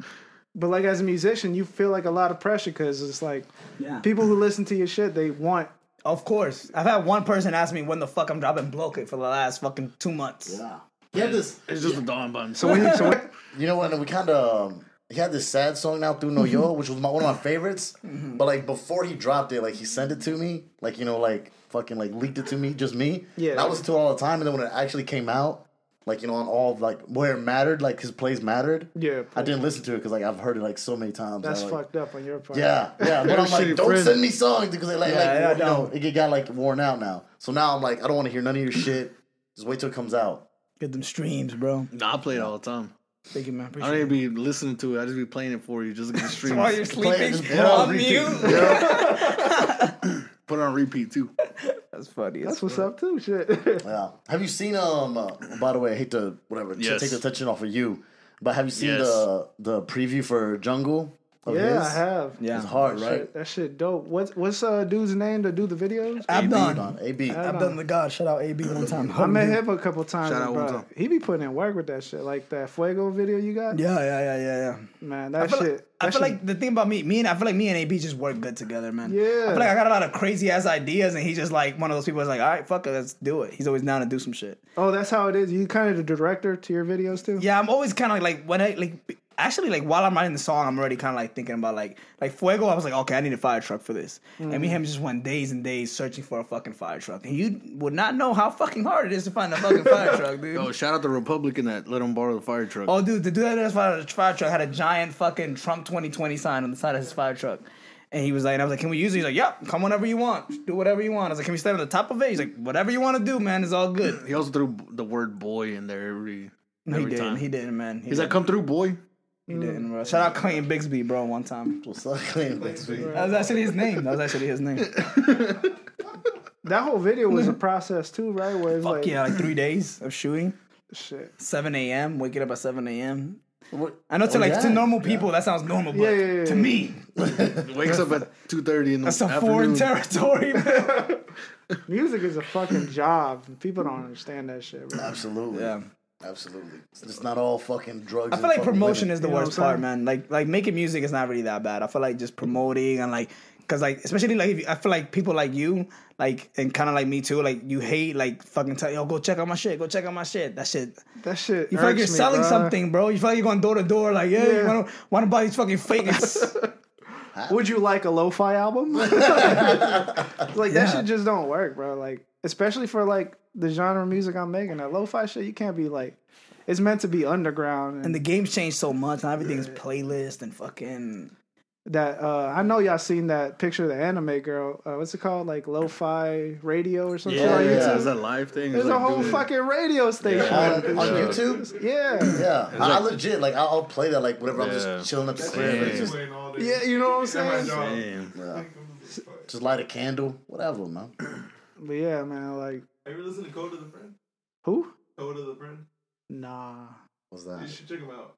Speaker 3: But like as a musician, you feel like a lot of pressure because it's like,
Speaker 4: Yeah.
Speaker 3: people who listen to your shit, they want.
Speaker 4: of course. I've had one person ask me when the fuck I'm dropping Bloke It for the last fucking two months.
Speaker 1: Yeah. You had this.
Speaker 2: It's just a Don button.
Speaker 3: So when you, so when-
Speaker 1: You know what? We kind of. Um, he had this sad song now through No Yo, which was my, one of my favorites.
Speaker 3: Mm-hmm.
Speaker 1: But like before he dropped it, like he sent it to me, like you know, like fucking like leaked it to me, just me.
Speaker 3: Yeah.
Speaker 1: And I listened to it all the time, and then when it actually came out, like you know, on all of, like where it mattered, like his plays mattered.
Speaker 3: yeah,
Speaker 1: I didn't listen to it because like I've heard it like so many times.
Speaker 3: that's
Speaker 1: I, like,
Speaker 3: fucked up on your part.
Speaker 1: Yeah, yeah. But I'm like,
Speaker 2: shitty
Speaker 1: don't
Speaker 2: friend.
Speaker 1: send me songs because they like,
Speaker 4: Yeah, yeah,
Speaker 1: like you know,
Speaker 4: don't.
Speaker 1: it get- got like worn out now. So now I'm like, I don't want to hear none of your shit. Just wait till it comes out.
Speaker 4: Get them streams, bro.
Speaker 2: Nah, I play it all the time.
Speaker 4: Thank you, man. Appreciate
Speaker 2: I
Speaker 4: it.
Speaker 2: don't even be listening to it. I just be playing it for you, just to get the streams.
Speaker 4: While you're
Speaker 1: Play it,
Speaker 4: sleeping,
Speaker 1: just
Speaker 2: Yeah,
Speaker 1: on
Speaker 4: on
Speaker 1: repeat.
Speaker 4: mute.
Speaker 2: Put it on repeat too.
Speaker 4: That's funny.
Speaker 3: that's what's up too. Shit.
Speaker 1: Yeah. Have you seen um? Uh, by the way, I hate to whatever to
Speaker 2: Yes.
Speaker 1: take the attention off of you, but have you seen
Speaker 2: Yes.
Speaker 1: the the preview for Jungle? Of
Speaker 3: yeah,
Speaker 1: his?
Speaker 3: I have.
Speaker 4: Yeah.
Speaker 1: It's hard, right?
Speaker 3: Shit, that shit dope. What's what's uh dude's name to do the videos?
Speaker 4: I've
Speaker 1: AB,
Speaker 4: done.
Speaker 1: Don, AB.
Speaker 4: I've done the god. Shout out AB one time.
Speaker 3: I met him a couple times.
Speaker 2: Shout out
Speaker 3: bro.
Speaker 2: one time.
Speaker 3: He be putting in work with that shit, like that Fuego video you got.
Speaker 4: Yeah, yeah, yeah, yeah, yeah.
Speaker 3: man, that
Speaker 4: I feel,
Speaker 3: shit.
Speaker 4: like, I
Speaker 3: that
Speaker 4: feel
Speaker 3: shit-
Speaker 4: like the thing about me, me and I feel like me and AB just work good together, man. I
Speaker 3: Yeah.
Speaker 4: feel like I got a lot of crazy ass ideas, and he's just like one of those people that's like, all right, fuck it, let's do it. He's always down to do some shit.
Speaker 3: Oh, that's how it is. You kind of the director to your videos too.
Speaker 4: Yeah, I'm always kind of like when I like actually like while I'm writing the song, I'm already kind of like thinking about like like Fuego. I was like, okay, I need a fire truck for this, and me and him just went days and days searching for a fucking fire truck, and you would not know how fucking hard it is to find a fucking fire truck, dude.
Speaker 2: Yo, Oh, shout out the Republican that let him borrow the fire truck.
Speaker 4: Oh, dude, the dude that had his fire, fire truck had a giant fucking Trump 2020 sign on the side of his fire truck. And he was like, and I was like, can we use it? He's like, yep, come whenever you want. Do whatever you want. I was like, can we stand on the top of it? He's like, whatever you want to do, man, it's all good.
Speaker 2: He also threw b- the word boy in there every,
Speaker 4: No, he
Speaker 2: every
Speaker 4: didn't.
Speaker 2: time.
Speaker 4: He didn't, man. He
Speaker 2: He's like, "Mm."
Speaker 4: didn't,
Speaker 2: come through, boy.
Speaker 4: he didn't, bro. Shout out Clayton Bixby, bro, one time.
Speaker 1: What's up, Clayton Bixby?
Speaker 4: That was actually his name. That was actually his name.
Speaker 3: That whole video was a process too, right? Where it's
Speaker 4: Fuck
Speaker 3: like,
Speaker 4: yeah, like three days of shooting.
Speaker 3: shit.
Speaker 4: 7 a.m., waking up at 7 a.m.
Speaker 1: What-
Speaker 4: I know to
Speaker 1: Oh,
Speaker 4: like to
Speaker 1: yeah.
Speaker 4: normal people that sounds normal, but
Speaker 3: Yeah, yeah, yeah,
Speaker 4: to
Speaker 3: yeah.
Speaker 4: me
Speaker 2: Wakes up at two thirty in the
Speaker 4: that's a
Speaker 2: afternoon.
Speaker 4: foreign territory. man.
Speaker 3: Music is a fucking job. and People don't understand that shit, bro.
Speaker 1: Absolutely.
Speaker 4: yeah,
Speaker 1: Absolutely. It's it's not all fucking drugs.
Speaker 4: I feel like promotion is the
Speaker 3: You know
Speaker 4: worst
Speaker 3: what I'm
Speaker 4: part,
Speaker 3: saying?
Speaker 4: man. Like like making music is not really that bad. I feel like just promoting and like because like especially like if you, I feel like people like you like and kind of like me too. Like you hate like fucking tell yo go check out my shit, go check out my shit. That shit.
Speaker 3: That shit.
Speaker 4: You feel like
Speaker 3: irks
Speaker 4: you're
Speaker 3: me,
Speaker 4: selling
Speaker 3: bro.
Speaker 4: something, bro. You feel like you're going door to door, like, yeah, you
Speaker 3: Yeah.
Speaker 4: wanna, wanna buy these fucking fakes.
Speaker 3: Would you like a lo-fi album? like that shit just don't work, bro. Like especially for like the genre of music I'm making, that lo-fi shit, you can't be like. It's meant to be underground, and,
Speaker 4: and the game's changed so much, and everything's playlist and fucking
Speaker 3: that uh, I know y'all seen that picture of the anime girl. Uh, what's it called? Like lo-fi radio or something.
Speaker 2: Yeah,
Speaker 3: on
Speaker 2: yeah.
Speaker 3: YouTube?
Speaker 2: Is that live thing?
Speaker 3: There's a whole fucking radio station
Speaker 1: On,
Speaker 3: with this
Speaker 1: on
Speaker 3: shit.
Speaker 1: YouTube?
Speaker 3: Yeah.
Speaker 1: Yeah. I, I legit, like, I'll, I'll play that, like, whenever I'm
Speaker 2: Yeah.
Speaker 1: just chilling at the
Speaker 2: That's
Speaker 1: crib.
Speaker 2: it.
Speaker 1: and Just,
Speaker 5: Doing all this.
Speaker 3: Yeah, you know what I'm
Speaker 5: At my
Speaker 3: saying?
Speaker 5: job.
Speaker 1: yeah.
Speaker 5: Fuck.
Speaker 1: just light a candle, whatever, man.
Speaker 3: But yeah, man, like
Speaker 5: Have you ever listened to Code of the Friend?
Speaker 3: who?
Speaker 5: Code of the Friend?
Speaker 3: Nah.
Speaker 1: What's
Speaker 5: You
Speaker 1: that?
Speaker 5: should check him out.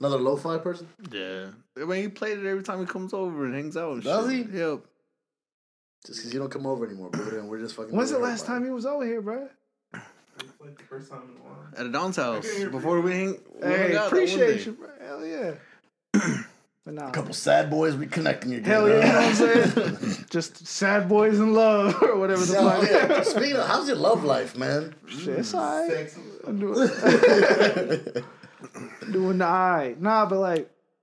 Speaker 1: Another lo fi person?
Speaker 2: Yeah. I mean, he played it every time he comes over and hangs out. And
Speaker 1: Does
Speaker 2: shit. he? Yep.
Speaker 1: Just because you don't come over anymore, brother, and we're just fucking.
Speaker 3: When's the
Speaker 1: over here,
Speaker 3: last
Speaker 1: bro.
Speaker 3: time you was over here, bro?
Speaker 5: It's like the first time in a while.
Speaker 2: At Adon's house
Speaker 5: hear
Speaker 2: before we hang. we hung out
Speaker 3: Hey,
Speaker 2: that one day.
Speaker 3: appreciate you, bro. Hell yeah. but nah.
Speaker 1: A couple sad boys reconnecting again.
Speaker 3: Hell yeah, you know what I'm
Speaker 1: huh?
Speaker 3: saying? Just sad boys in love or whatever the
Speaker 1: Hell
Speaker 3: fuck.
Speaker 1: yeah. Speaking of, how's your love life, man?
Speaker 3: Shit, it's alright.
Speaker 5: Sex.
Speaker 3: Doing, doing the alright. Nah, but like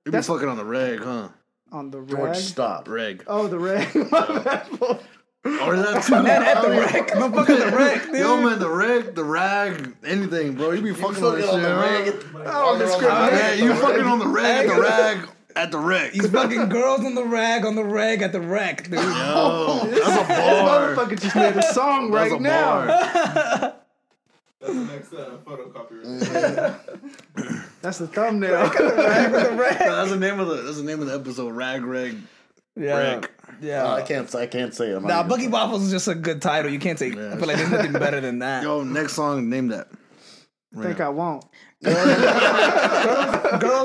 Speaker 2: You been
Speaker 3: That's-
Speaker 2: fucking on the reg, huh?
Speaker 3: on the
Speaker 1: George,
Speaker 3: rag.
Speaker 1: stop.
Speaker 2: Reg.
Speaker 3: Oh, the rag. My bad, boy.
Speaker 2: Or that too.
Speaker 4: Man, at the wreck. Motherfucker, the wreck, dude.
Speaker 2: Yo, man, the reg, the rag, anything, bro. You be
Speaker 1: You
Speaker 2: fucking,
Speaker 1: fucking
Speaker 2: on, that
Speaker 1: on
Speaker 2: shit,
Speaker 1: the
Speaker 2: huh?
Speaker 1: rag.
Speaker 3: Oh, discriminate.
Speaker 2: Yeah,
Speaker 1: discrimination.
Speaker 2: you fucking on the reg, at the rag, at the reg.
Speaker 4: These fucking girls on the rag, on the rag, at the wreck, dude.
Speaker 2: Yo, that's a bar.
Speaker 3: Motherfucker just made a song
Speaker 2: That's
Speaker 3: right
Speaker 2: a
Speaker 3: now.
Speaker 2: bar.
Speaker 5: That's the next uh, photocopy. Right?
Speaker 3: That's the thumbnail.
Speaker 2: That's the name of the. That's the name of the episode. Rag, reg,
Speaker 4: Yeah.
Speaker 2: rag.
Speaker 4: Yeah.
Speaker 1: Uh, I can't. I can't say it. I'm
Speaker 4: Nah,
Speaker 1: not
Speaker 4: Boogie Waffles is just a good title. You can't take. I feel like there's nothing better than that.
Speaker 2: Yo, next song, name that. Right
Speaker 3: think
Speaker 2: now.
Speaker 3: I won't.
Speaker 4: Girls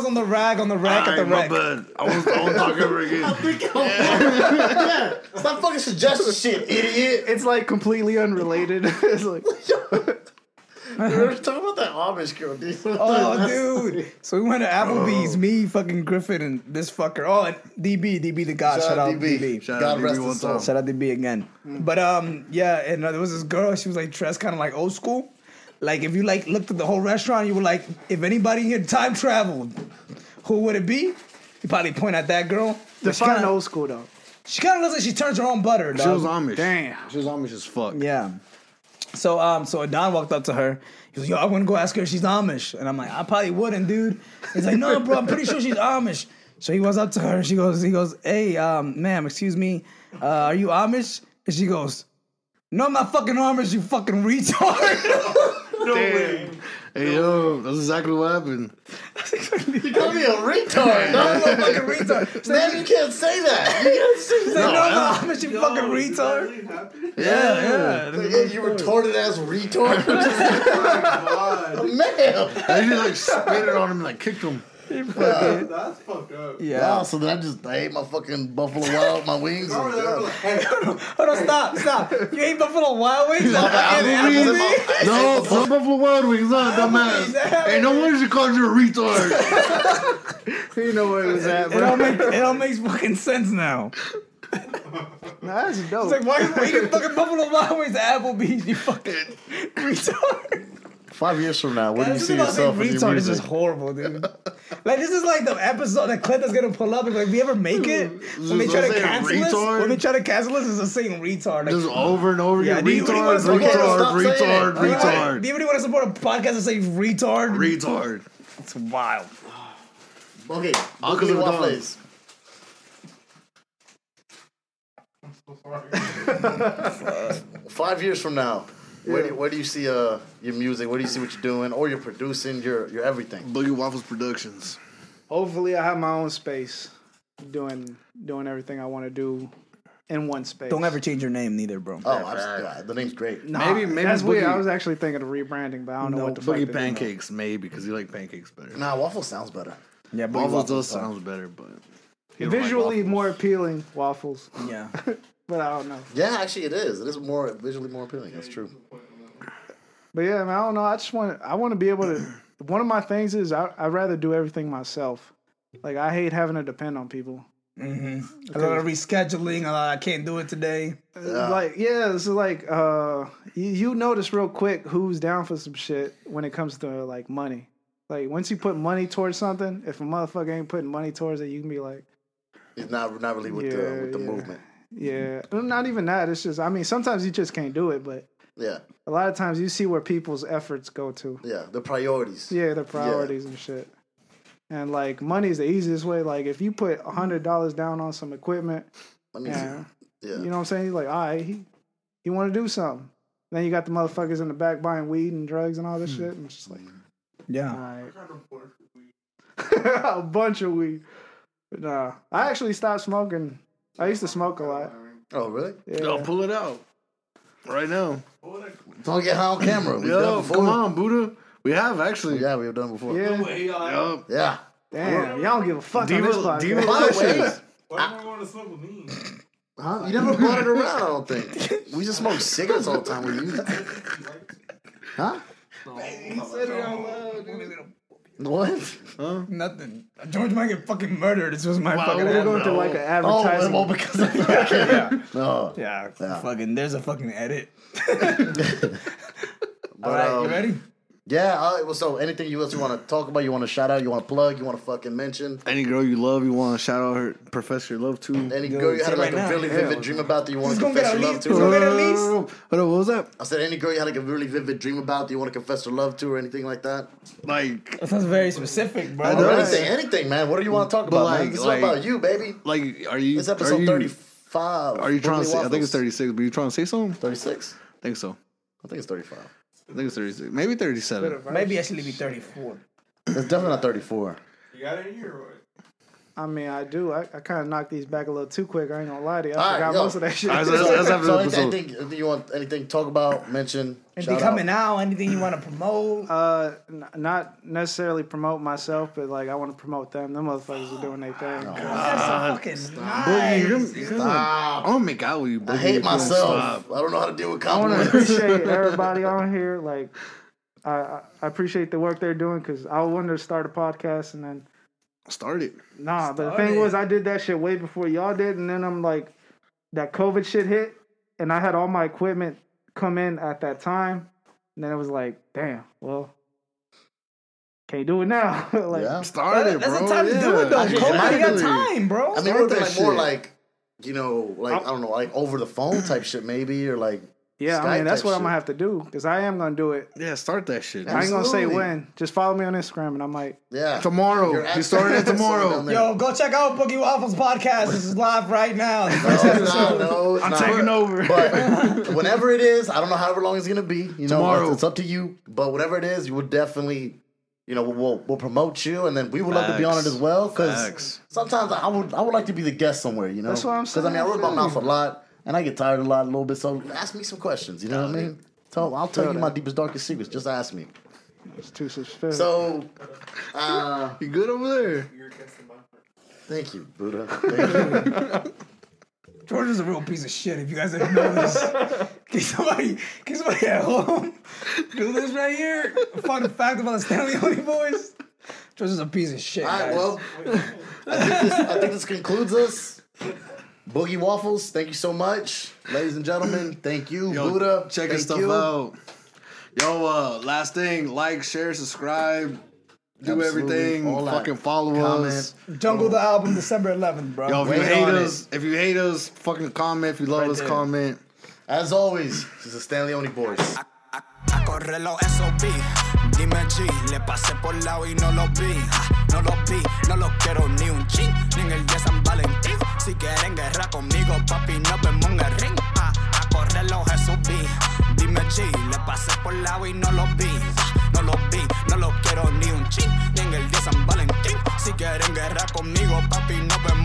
Speaker 4: on the rag, on the rack, at the
Speaker 2: Alright, my bad.
Speaker 4: rack.
Speaker 2: I won't, I won't talk ever again.
Speaker 1: even- Stop fucking suggesting shit, idiot.
Speaker 3: It's like completely unrelated. it's like
Speaker 1: We were talking about that Amish girl, dude.
Speaker 4: Oh, dude. So we went to Applebee's. Me, fucking Griffin, and this fucker. Oh, and DB, DB the God. Shout, out DB.
Speaker 2: Shout out
Speaker 1: God
Speaker 2: DB
Speaker 1: rest
Speaker 2: one
Speaker 1: his soul.
Speaker 2: time.
Speaker 4: Shout out to B again.
Speaker 2: Mm.
Speaker 4: But um, yeah, and uh, there was this girl. She was like dressed kind of like old school. Like if you like looked at the whole restaurant, you were like, if anybody here time traveled, who would it be? You probably point at that girl. But she
Speaker 3: define
Speaker 4: kinda,
Speaker 3: old school though.
Speaker 4: She kind of looks like she turns her own butter.
Speaker 2: She
Speaker 4: dog.
Speaker 2: was Amish.
Speaker 3: Damn.
Speaker 2: She was Amish as fuck.
Speaker 4: Yeah. So um, so Don walked up to her. He was, yo, I'm gonna go ask her if she's Amish, and I'm like, I probably wouldn't, dude. He's like, no, bro, I'm pretty sure she's Amish. So he walks up to her. and She goes, he goes, hey, um, ma'am, excuse me, uh, are you Amish? And she goes, No, I'm not fucking Amish, you fucking retard.
Speaker 2: Hey, yo, that's exactly what happened.
Speaker 1: You call me a retard. No,
Speaker 4: I'm a fucking retard. So
Speaker 1: man, you can't say that. You can't say
Speaker 4: he's like, no,
Speaker 1: that.
Speaker 4: I'm not Amish, you fucking
Speaker 5: Is that
Speaker 4: retard.
Speaker 5: really happening?
Speaker 4: Yeah, yeah.
Speaker 1: Like, hey, you retarded ass retard.
Speaker 5: Oh God,
Speaker 1: Ma'am.
Speaker 2: And she like spit it on him, like kicked him.
Speaker 5: that's fucked up.
Speaker 4: Yeah.
Speaker 1: Wow, so then I just I ate my fucking Buffalo Wild, my wings.
Speaker 5: I
Speaker 1: and-
Speaker 5: remember that, like, hey,
Speaker 4: Hold on, stop, stop. You ate Buffalo Wild Wings?
Speaker 1: Like,
Speaker 4: I'm
Speaker 1: I
Speaker 4: fucking
Speaker 1: was-
Speaker 4: Applebee's?
Speaker 1: I-
Speaker 2: No, the Buffalo Wild Wings, not the man. Hey, no wonder she called you a retard.
Speaker 3: You know where it was at,
Speaker 4: It
Speaker 3: bro.
Speaker 4: all makes it all makes fucking sense now.
Speaker 3: Nah, that's dope.
Speaker 4: It's like why are you eating fucking Buffalo Wild Wings at Applebee's? You fucking retard.
Speaker 1: Five years from now, where do you
Speaker 4: This
Speaker 1: see
Speaker 4: is not saying
Speaker 1: yourself in your
Speaker 4: retard. This is
Speaker 1: music?
Speaker 4: horrible, dude. Like this is like the episode that clip that's gonna pull up. And be like, we ever make it? When they
Speaker 2: Just
Speaker 4: try to
Speaker 2: saying
Speaker 4: cancel us,
Speaker 2: retard.
Speaker 4: when they try to cancel us, it's the same retard. Like,
Speaker 2: Just over and over
Speaker 4: Yeah,
Speaker 2: again.
Speaker 4: do you- do you wanna
Speaker 2: retard,
Speaker 4: support-
Speaker 1: Stop
Speaker 2: retard,
Speaker 1: saying
Speaker 2: retard,
Speaker 1: it.
Speaker 4: do you wanna-
Speaker 2: retard,
Speaker 4: Do you really want to support a podcast that says retard?
Speaker 2: retard.
Speaker 4: it's wild.
Speaker 1: Okay, Boogie
Speaker 2: Uncles and
Speaker 1: Waffles. Five years from now, where, do, where do you see uh, your music? Where do you see what you're doing? Or you're producing, your your everything.
Speaker 2: Boogie Waffles Productions.
Speaker 3: Hopefully, I have my own space, doing doing everything I want to do in one space.
Speaker 4: Don't ever change your name, neither, bro.
Speaker 1: Oh, I'm, yeah, the name's great.
Speaker 3: Nah,
Speaker 2: Maybe- maybe
Speaker 3: that's weird.
Speaker 2: Boogie-
Speaker 3: I was actually thinking of rebranding, but I don't know
Speaker 4: No,
Speaker 3: what the fuck.
Speaker 2: Boogie
Speaker 3: to do.
Speaker 2: Pancakes, maybe, because you like pancakes better.
Speaker 1: Nah, waffle sounds better.
Speaker 4: Yeah, Boogie
Speaker 2: Waffles
Speaker 4: Waffles,
Speaker 2: does
Speaker 4: bro.
Speaker 2: sounds better, but. you don't like
Speaker 3: Visually
Speaker 2: waffles.
Speaker 3: more appealing waffles,
Speaker 4: Yeah,
Speaker 3: but I don't know.
Speaker 1: Yeah, actually, it is. It is more visually more appealing. That's true.
Speaker 3: But yeah, man, I don't know. I just want I want to be able to. One of my things is I I'd rather do everything myself. Like I hate having to depend on people.
Speaker 4: a lot of rescheduling. A lot. I can't do it today.
Speaker 3: Like yeah, this is like uh you, you notice real quick who's down for some shit when it comes to like money. Like once you put money towards something, if a motherfucker ain't putting money towards it, you can be like,
Speaker 1: It's not not really with
Speaker 3: Yeah,
Speaker 1: the with the
Speaker 3: yeah.
Speaker 1: movement.
Speaker 3: yeah, not even that. It's just I mean sometimes you just can't do it, but
Speaker 1: Yeah,
Speaker 3: a lot of times you see where people's efforts go to.
Speaker 1: yeah. The priorities.
Speaker 3: Yeah, their priorities and shit. And like money's the easiest way. Like if you put a hundred dollars down on some equipment,
Speaker 1: Let me
Speaker 3: yeah,
Speaker 1: see. Yeah.
Speaker 3: you know what I'm saying? He's like, all right, he, he want to do something. Then you got the motherfuckers in the back buying weed and drugs and all
Speaker 1: Hmm.
Speaker 3: this shit. And it's just like, all
Speaker 4: Yeah,
Speaker 3: right,
Speaker 5: Kind of bored for weed.
Speaker 3: a bunch of weed. But nah, I actually stopped smoking. I used to smoke a lot.
Speaker 1: oh, really?
Speaker 2: Yo,
Speaker 3: Yeah.
Speaker 2: pull it out. Right now.
Speaker 5: What a
Speaker 1: Don't get high on camera. We've done
Speaker 2: Yo,
Speaker 1: before.
Speaker 2: come on, Buddha. We have, actually.
Speaker 1: Yeah, we've done before.
Speaker 3: Yeah.
Speaker 5: way, y'all.
Speaker 2: Yo,
Speaker 1: Yeah.
Speaker 3: Damn, y'all don't give a fuck on this
Speaker 2: Diva,
Speaker 3: podcast.
Speaker 1: By
Speaker 2: Diva
Speaker 1: the way,
Speaker 2: Licious.
Speaker 5: Why do you want to smoke with me?
Speaker 1: huh? You never brought it around. I don't think. We just smoke cigarettes all the time. We use Huh? What?
Speaker 4: nothing. George might get fucking murdered. This was my fucking.
Speaker 3: We're
Speaker 4: ad-
Speaker 3: going to like an
Speaker 1: Oh,
Speaker 3: advertisement.
Speaker 1: well, because of yeah. No.
Speaker 4: yeah,
Speaker 1: Yeah.
Speaker 4: fucking. There's a fucking edit.
Speaker 1: But,
Speaker 4: All right,
Speaker 1: um,
Speaker 4: you ready?
Speaker 1: Yeah. All right, well, so anything you else you want to talk about, you want to shout out, you want to plug, you want to fucking mention.
Speaker 2: Any girl you love, you want to shout out her, profess your love to.
Speaker 1: Any
Speaker 4: Yo,
Speaker 1: girl you
Speaker 4: say
Speaker 1: had like
Speaker 4: right now.
Speaker 1: a really
Speaker 4: Yeah.
Speaker 1: vivid dream about that you want
Speaker 4: He's
Speaker 1: to
Speaker 4: gonna get
Speaker 1: confess
Speaker 4: at
Speaker 1: your love to?
Speaker 4: least. He's gonna get at least.
Speaker 2: Hold on, what was that?
Speaker 1: I said any girl you had like a really vivid dream about that you want to confess your love to or anything like that.
Speaker 2: Like,
Speaker 4: That sounds very specific, bro.
Speaker 2: I
Speaker 1: Or
Speaker 2: know. Right.
Speaker 1: anything, anything, man. What do you want to talk
Speaker 2: But
Speaker 1: about,
Speaker 2: like-
Speaker 1: man? It's
Speaker 2: like-
Speaker 1: all about you, baby.
Speaker 2: like, are you?
Speaker 1: It's
Speaker 2: are
Speaker 1: episode
Speaker 2: you,
Speaker 1: thirty-five.
Speaker 2: Are you trying to
Speaker 1: Wiggly
Speaker 2: say? I think
Speaker 1: Waffles.
Speaker 2: it's thirty-six. But you trying to say something?
Speaker 1: Thirty-six.
Speaker 2: I think so.
Speaker 1: I think it's thirty-five.
Speaker 2: I think it's thirty-six. Maybe thirty-seven.
Speaker 1: oh.
Speaker 4: Maybe I should be 34.
Speaker 1: It's definitely not thirty-four.
Speaker 5: You got it in here, or what?
Speaker 3: I mean, I do. I, I kind of knocked these back a little too quick. I ain't gonna lie to you. I
Speaker 1: All right,
Speaker 3: forgot
Speaker 1: yo.
Speaker 3: most of that shit.
Speaker 2: All right, so that's, that's after
Speaker 1: So
Speaker 2: the
Speaker 1: I, I
Speaker 2: episode.
Speaker 1: think if you want anything to talk about, mention.
Speaker 4: Anything
Speaker 1: shout
Speaker 4: coming
Speaker 1: out. Ah,
Speaker 4: out? Anything you want to promote?
Speaker 3: uh, n- not necessarily promote myself, but like I want to promote them. Them motherfuckers are doing their thing.
Speaker 4: That's so fucking
Speaker 2: Boogie,
Speaker 4: nice.
Speaker 2: you're gonna, you're gonna, I'm gonna make out with you. Boogie,
Speaker 1: I
Speaker 2: if you
Speaker 1: hate
Speaker 2: don't
Speaker 1: myself.
Speaker 2: stop.
Speaker 1: I don't know how to deal with
Speaker 3: I want to
Speaker 1: compliments.
Speaker 3: appreciate everybody on here. Like, I I, I appreciate the work they're doing because I wanted to start a podcast and then
Speaker 2: Start it.
Speaker 3: nah. But the
Speaker 4: Start
Speaker 3: thing
Speaker 4: it.
Speaker 3: was, I did that shit way before y'all did, and then I'm like, that COVID shit hit, and I had all my equipment come in at that time, and then it was like, damn, well, can't do it now. like,
Speaker 1: yeah.
Speaker 2: Start
Speaker 4: That-
Speaker 2: it,
Speaker 4: That's
Speaker 2: bro.
Speaker 4: the time
Speaker 2: yeah.
Speaker 4: to do it, though.
Speaker 1: Actually,
Speaker 4: Kobe, you got
Speaker 2: exactly.
Speaker 4: time, bro.
Speaker 1: I mean,
Speaker 2: Start
Speaker 1: we're like
Speaker 2: that
Speaker 1: more
Speaker 2: shit.
Speaker 1: like, you know, like I don't know, like over the phone type shit maybe, or like
Speaker 3: Yeah,
Speaker 1: Skype
Speaker 3: I mean that's
Speaker 1: that
Speaker 3: what I'm
Speaker 1: shit.
Speaker 3: gonna have to do because I am gonna do it.
Speaker 2: Yeah, start that shit.
Speaker 3: I ain't gonna say
Speaker 1: Absolutely.
Speaker 3: when. Just follow me on Instagram and I might.
Speaker 1: yeah. Your
Speaker 2: Tomorrow. You
Speaker 1: accent
Speaker 2: started it
Speaker 1: is something down
Speaker 2: tomorrow.
Speaker 1: there.
Speaker 4: Yo, go check out Boogie Waffles podcast. This is live right now.
Speaker 1: No, no, no, it's
Speaker 2: I'm
Speaker 1: not.
Speaker 2: taking over.
Speaker 1: But whenever it is, I don't know however long it's gonna be. You know,
Speaker 2: Tomorrow.
Speaker 1: it's, it's up to you. But whatever it is, you will definitely, you know, we'll we'll promote you, and then we would love to be on it
Speaker 2: Facts.
Speaker 1: as well.
Speaker 2: Facts.
Speaker 1: Because sometimes I would I would like to be the guest somewhere. You know,
Speaker 3: That's what I'm
Speaker 1: Because I mean, I
Speaker 3: saying.
Speaker 1: run my mouth a lot, and I get tired a lot, a little bit. So ask me some questions. You know what I mean? Tell, I'll tell you my deepest darkest secrets. Just ask me.
Speaker 3: It's too suspicious.
Speaker 1: So, uh,
Speaker 2: You good over there?
Speaker 5: You're guessing my part.
Speaker 1: thank you, Buddha. Thank you.
Speaker 4: George is a real piece of shit. If you guys didn't know this, can somebody, can somebody at home do this right here? Fun fact about the Stanley Honey Boys: George is a piece of shit.
Speaker 1: All right,
Speaker 4: guys.
Speaker 1: well, I think, this, I think this concludes us. Boogie Waffles, thank you so much. Ladies and gentlemen, thank you.
Speaker 2: Yo,
Speaker 1: Buddha,
Speaker 2: check
Speaker 1: thank
Speaker 2: his stuff
Speaker 1: you.
Speaker 2: out. Yo, uh, last thing, like, share, subscribe, do
Speaker 1: Absolutely.
Speaker 2: everything,
Speaker 1: All that.
Speaker 2: fucking follow us.
Speaker 1: Comment.
Speaker 4: Jungle the album, December 11th, bro.
Speaker 2: Yo, if you
Speaker 1: Wait
Speaker 2: hate
Speaker 1: on it.
Speaker 2: us, if you hate us, fucking comment. If you love
Speaker 4: Right
Speaker 2: us,
Speaker 4: there.
Speaker 2: comment.
Speaker 1: As always, this is the Stanley Oni Boys.
Speaker 6: A, a correr los SOB. Dime G, le pasé por lado y no los vi. Ah, No los vi, no los quiero ni un chin, ni en el de San Valentín. Si quieren guerra conmigo, papi, nos vemos en el ring. Ah, G, le pasé por lado y no lo vi. Ah, No lo vi, no lo quiero ni un ching. Ni en el día San Valentín. Si quieren guerra conmigo, papi, no vemos.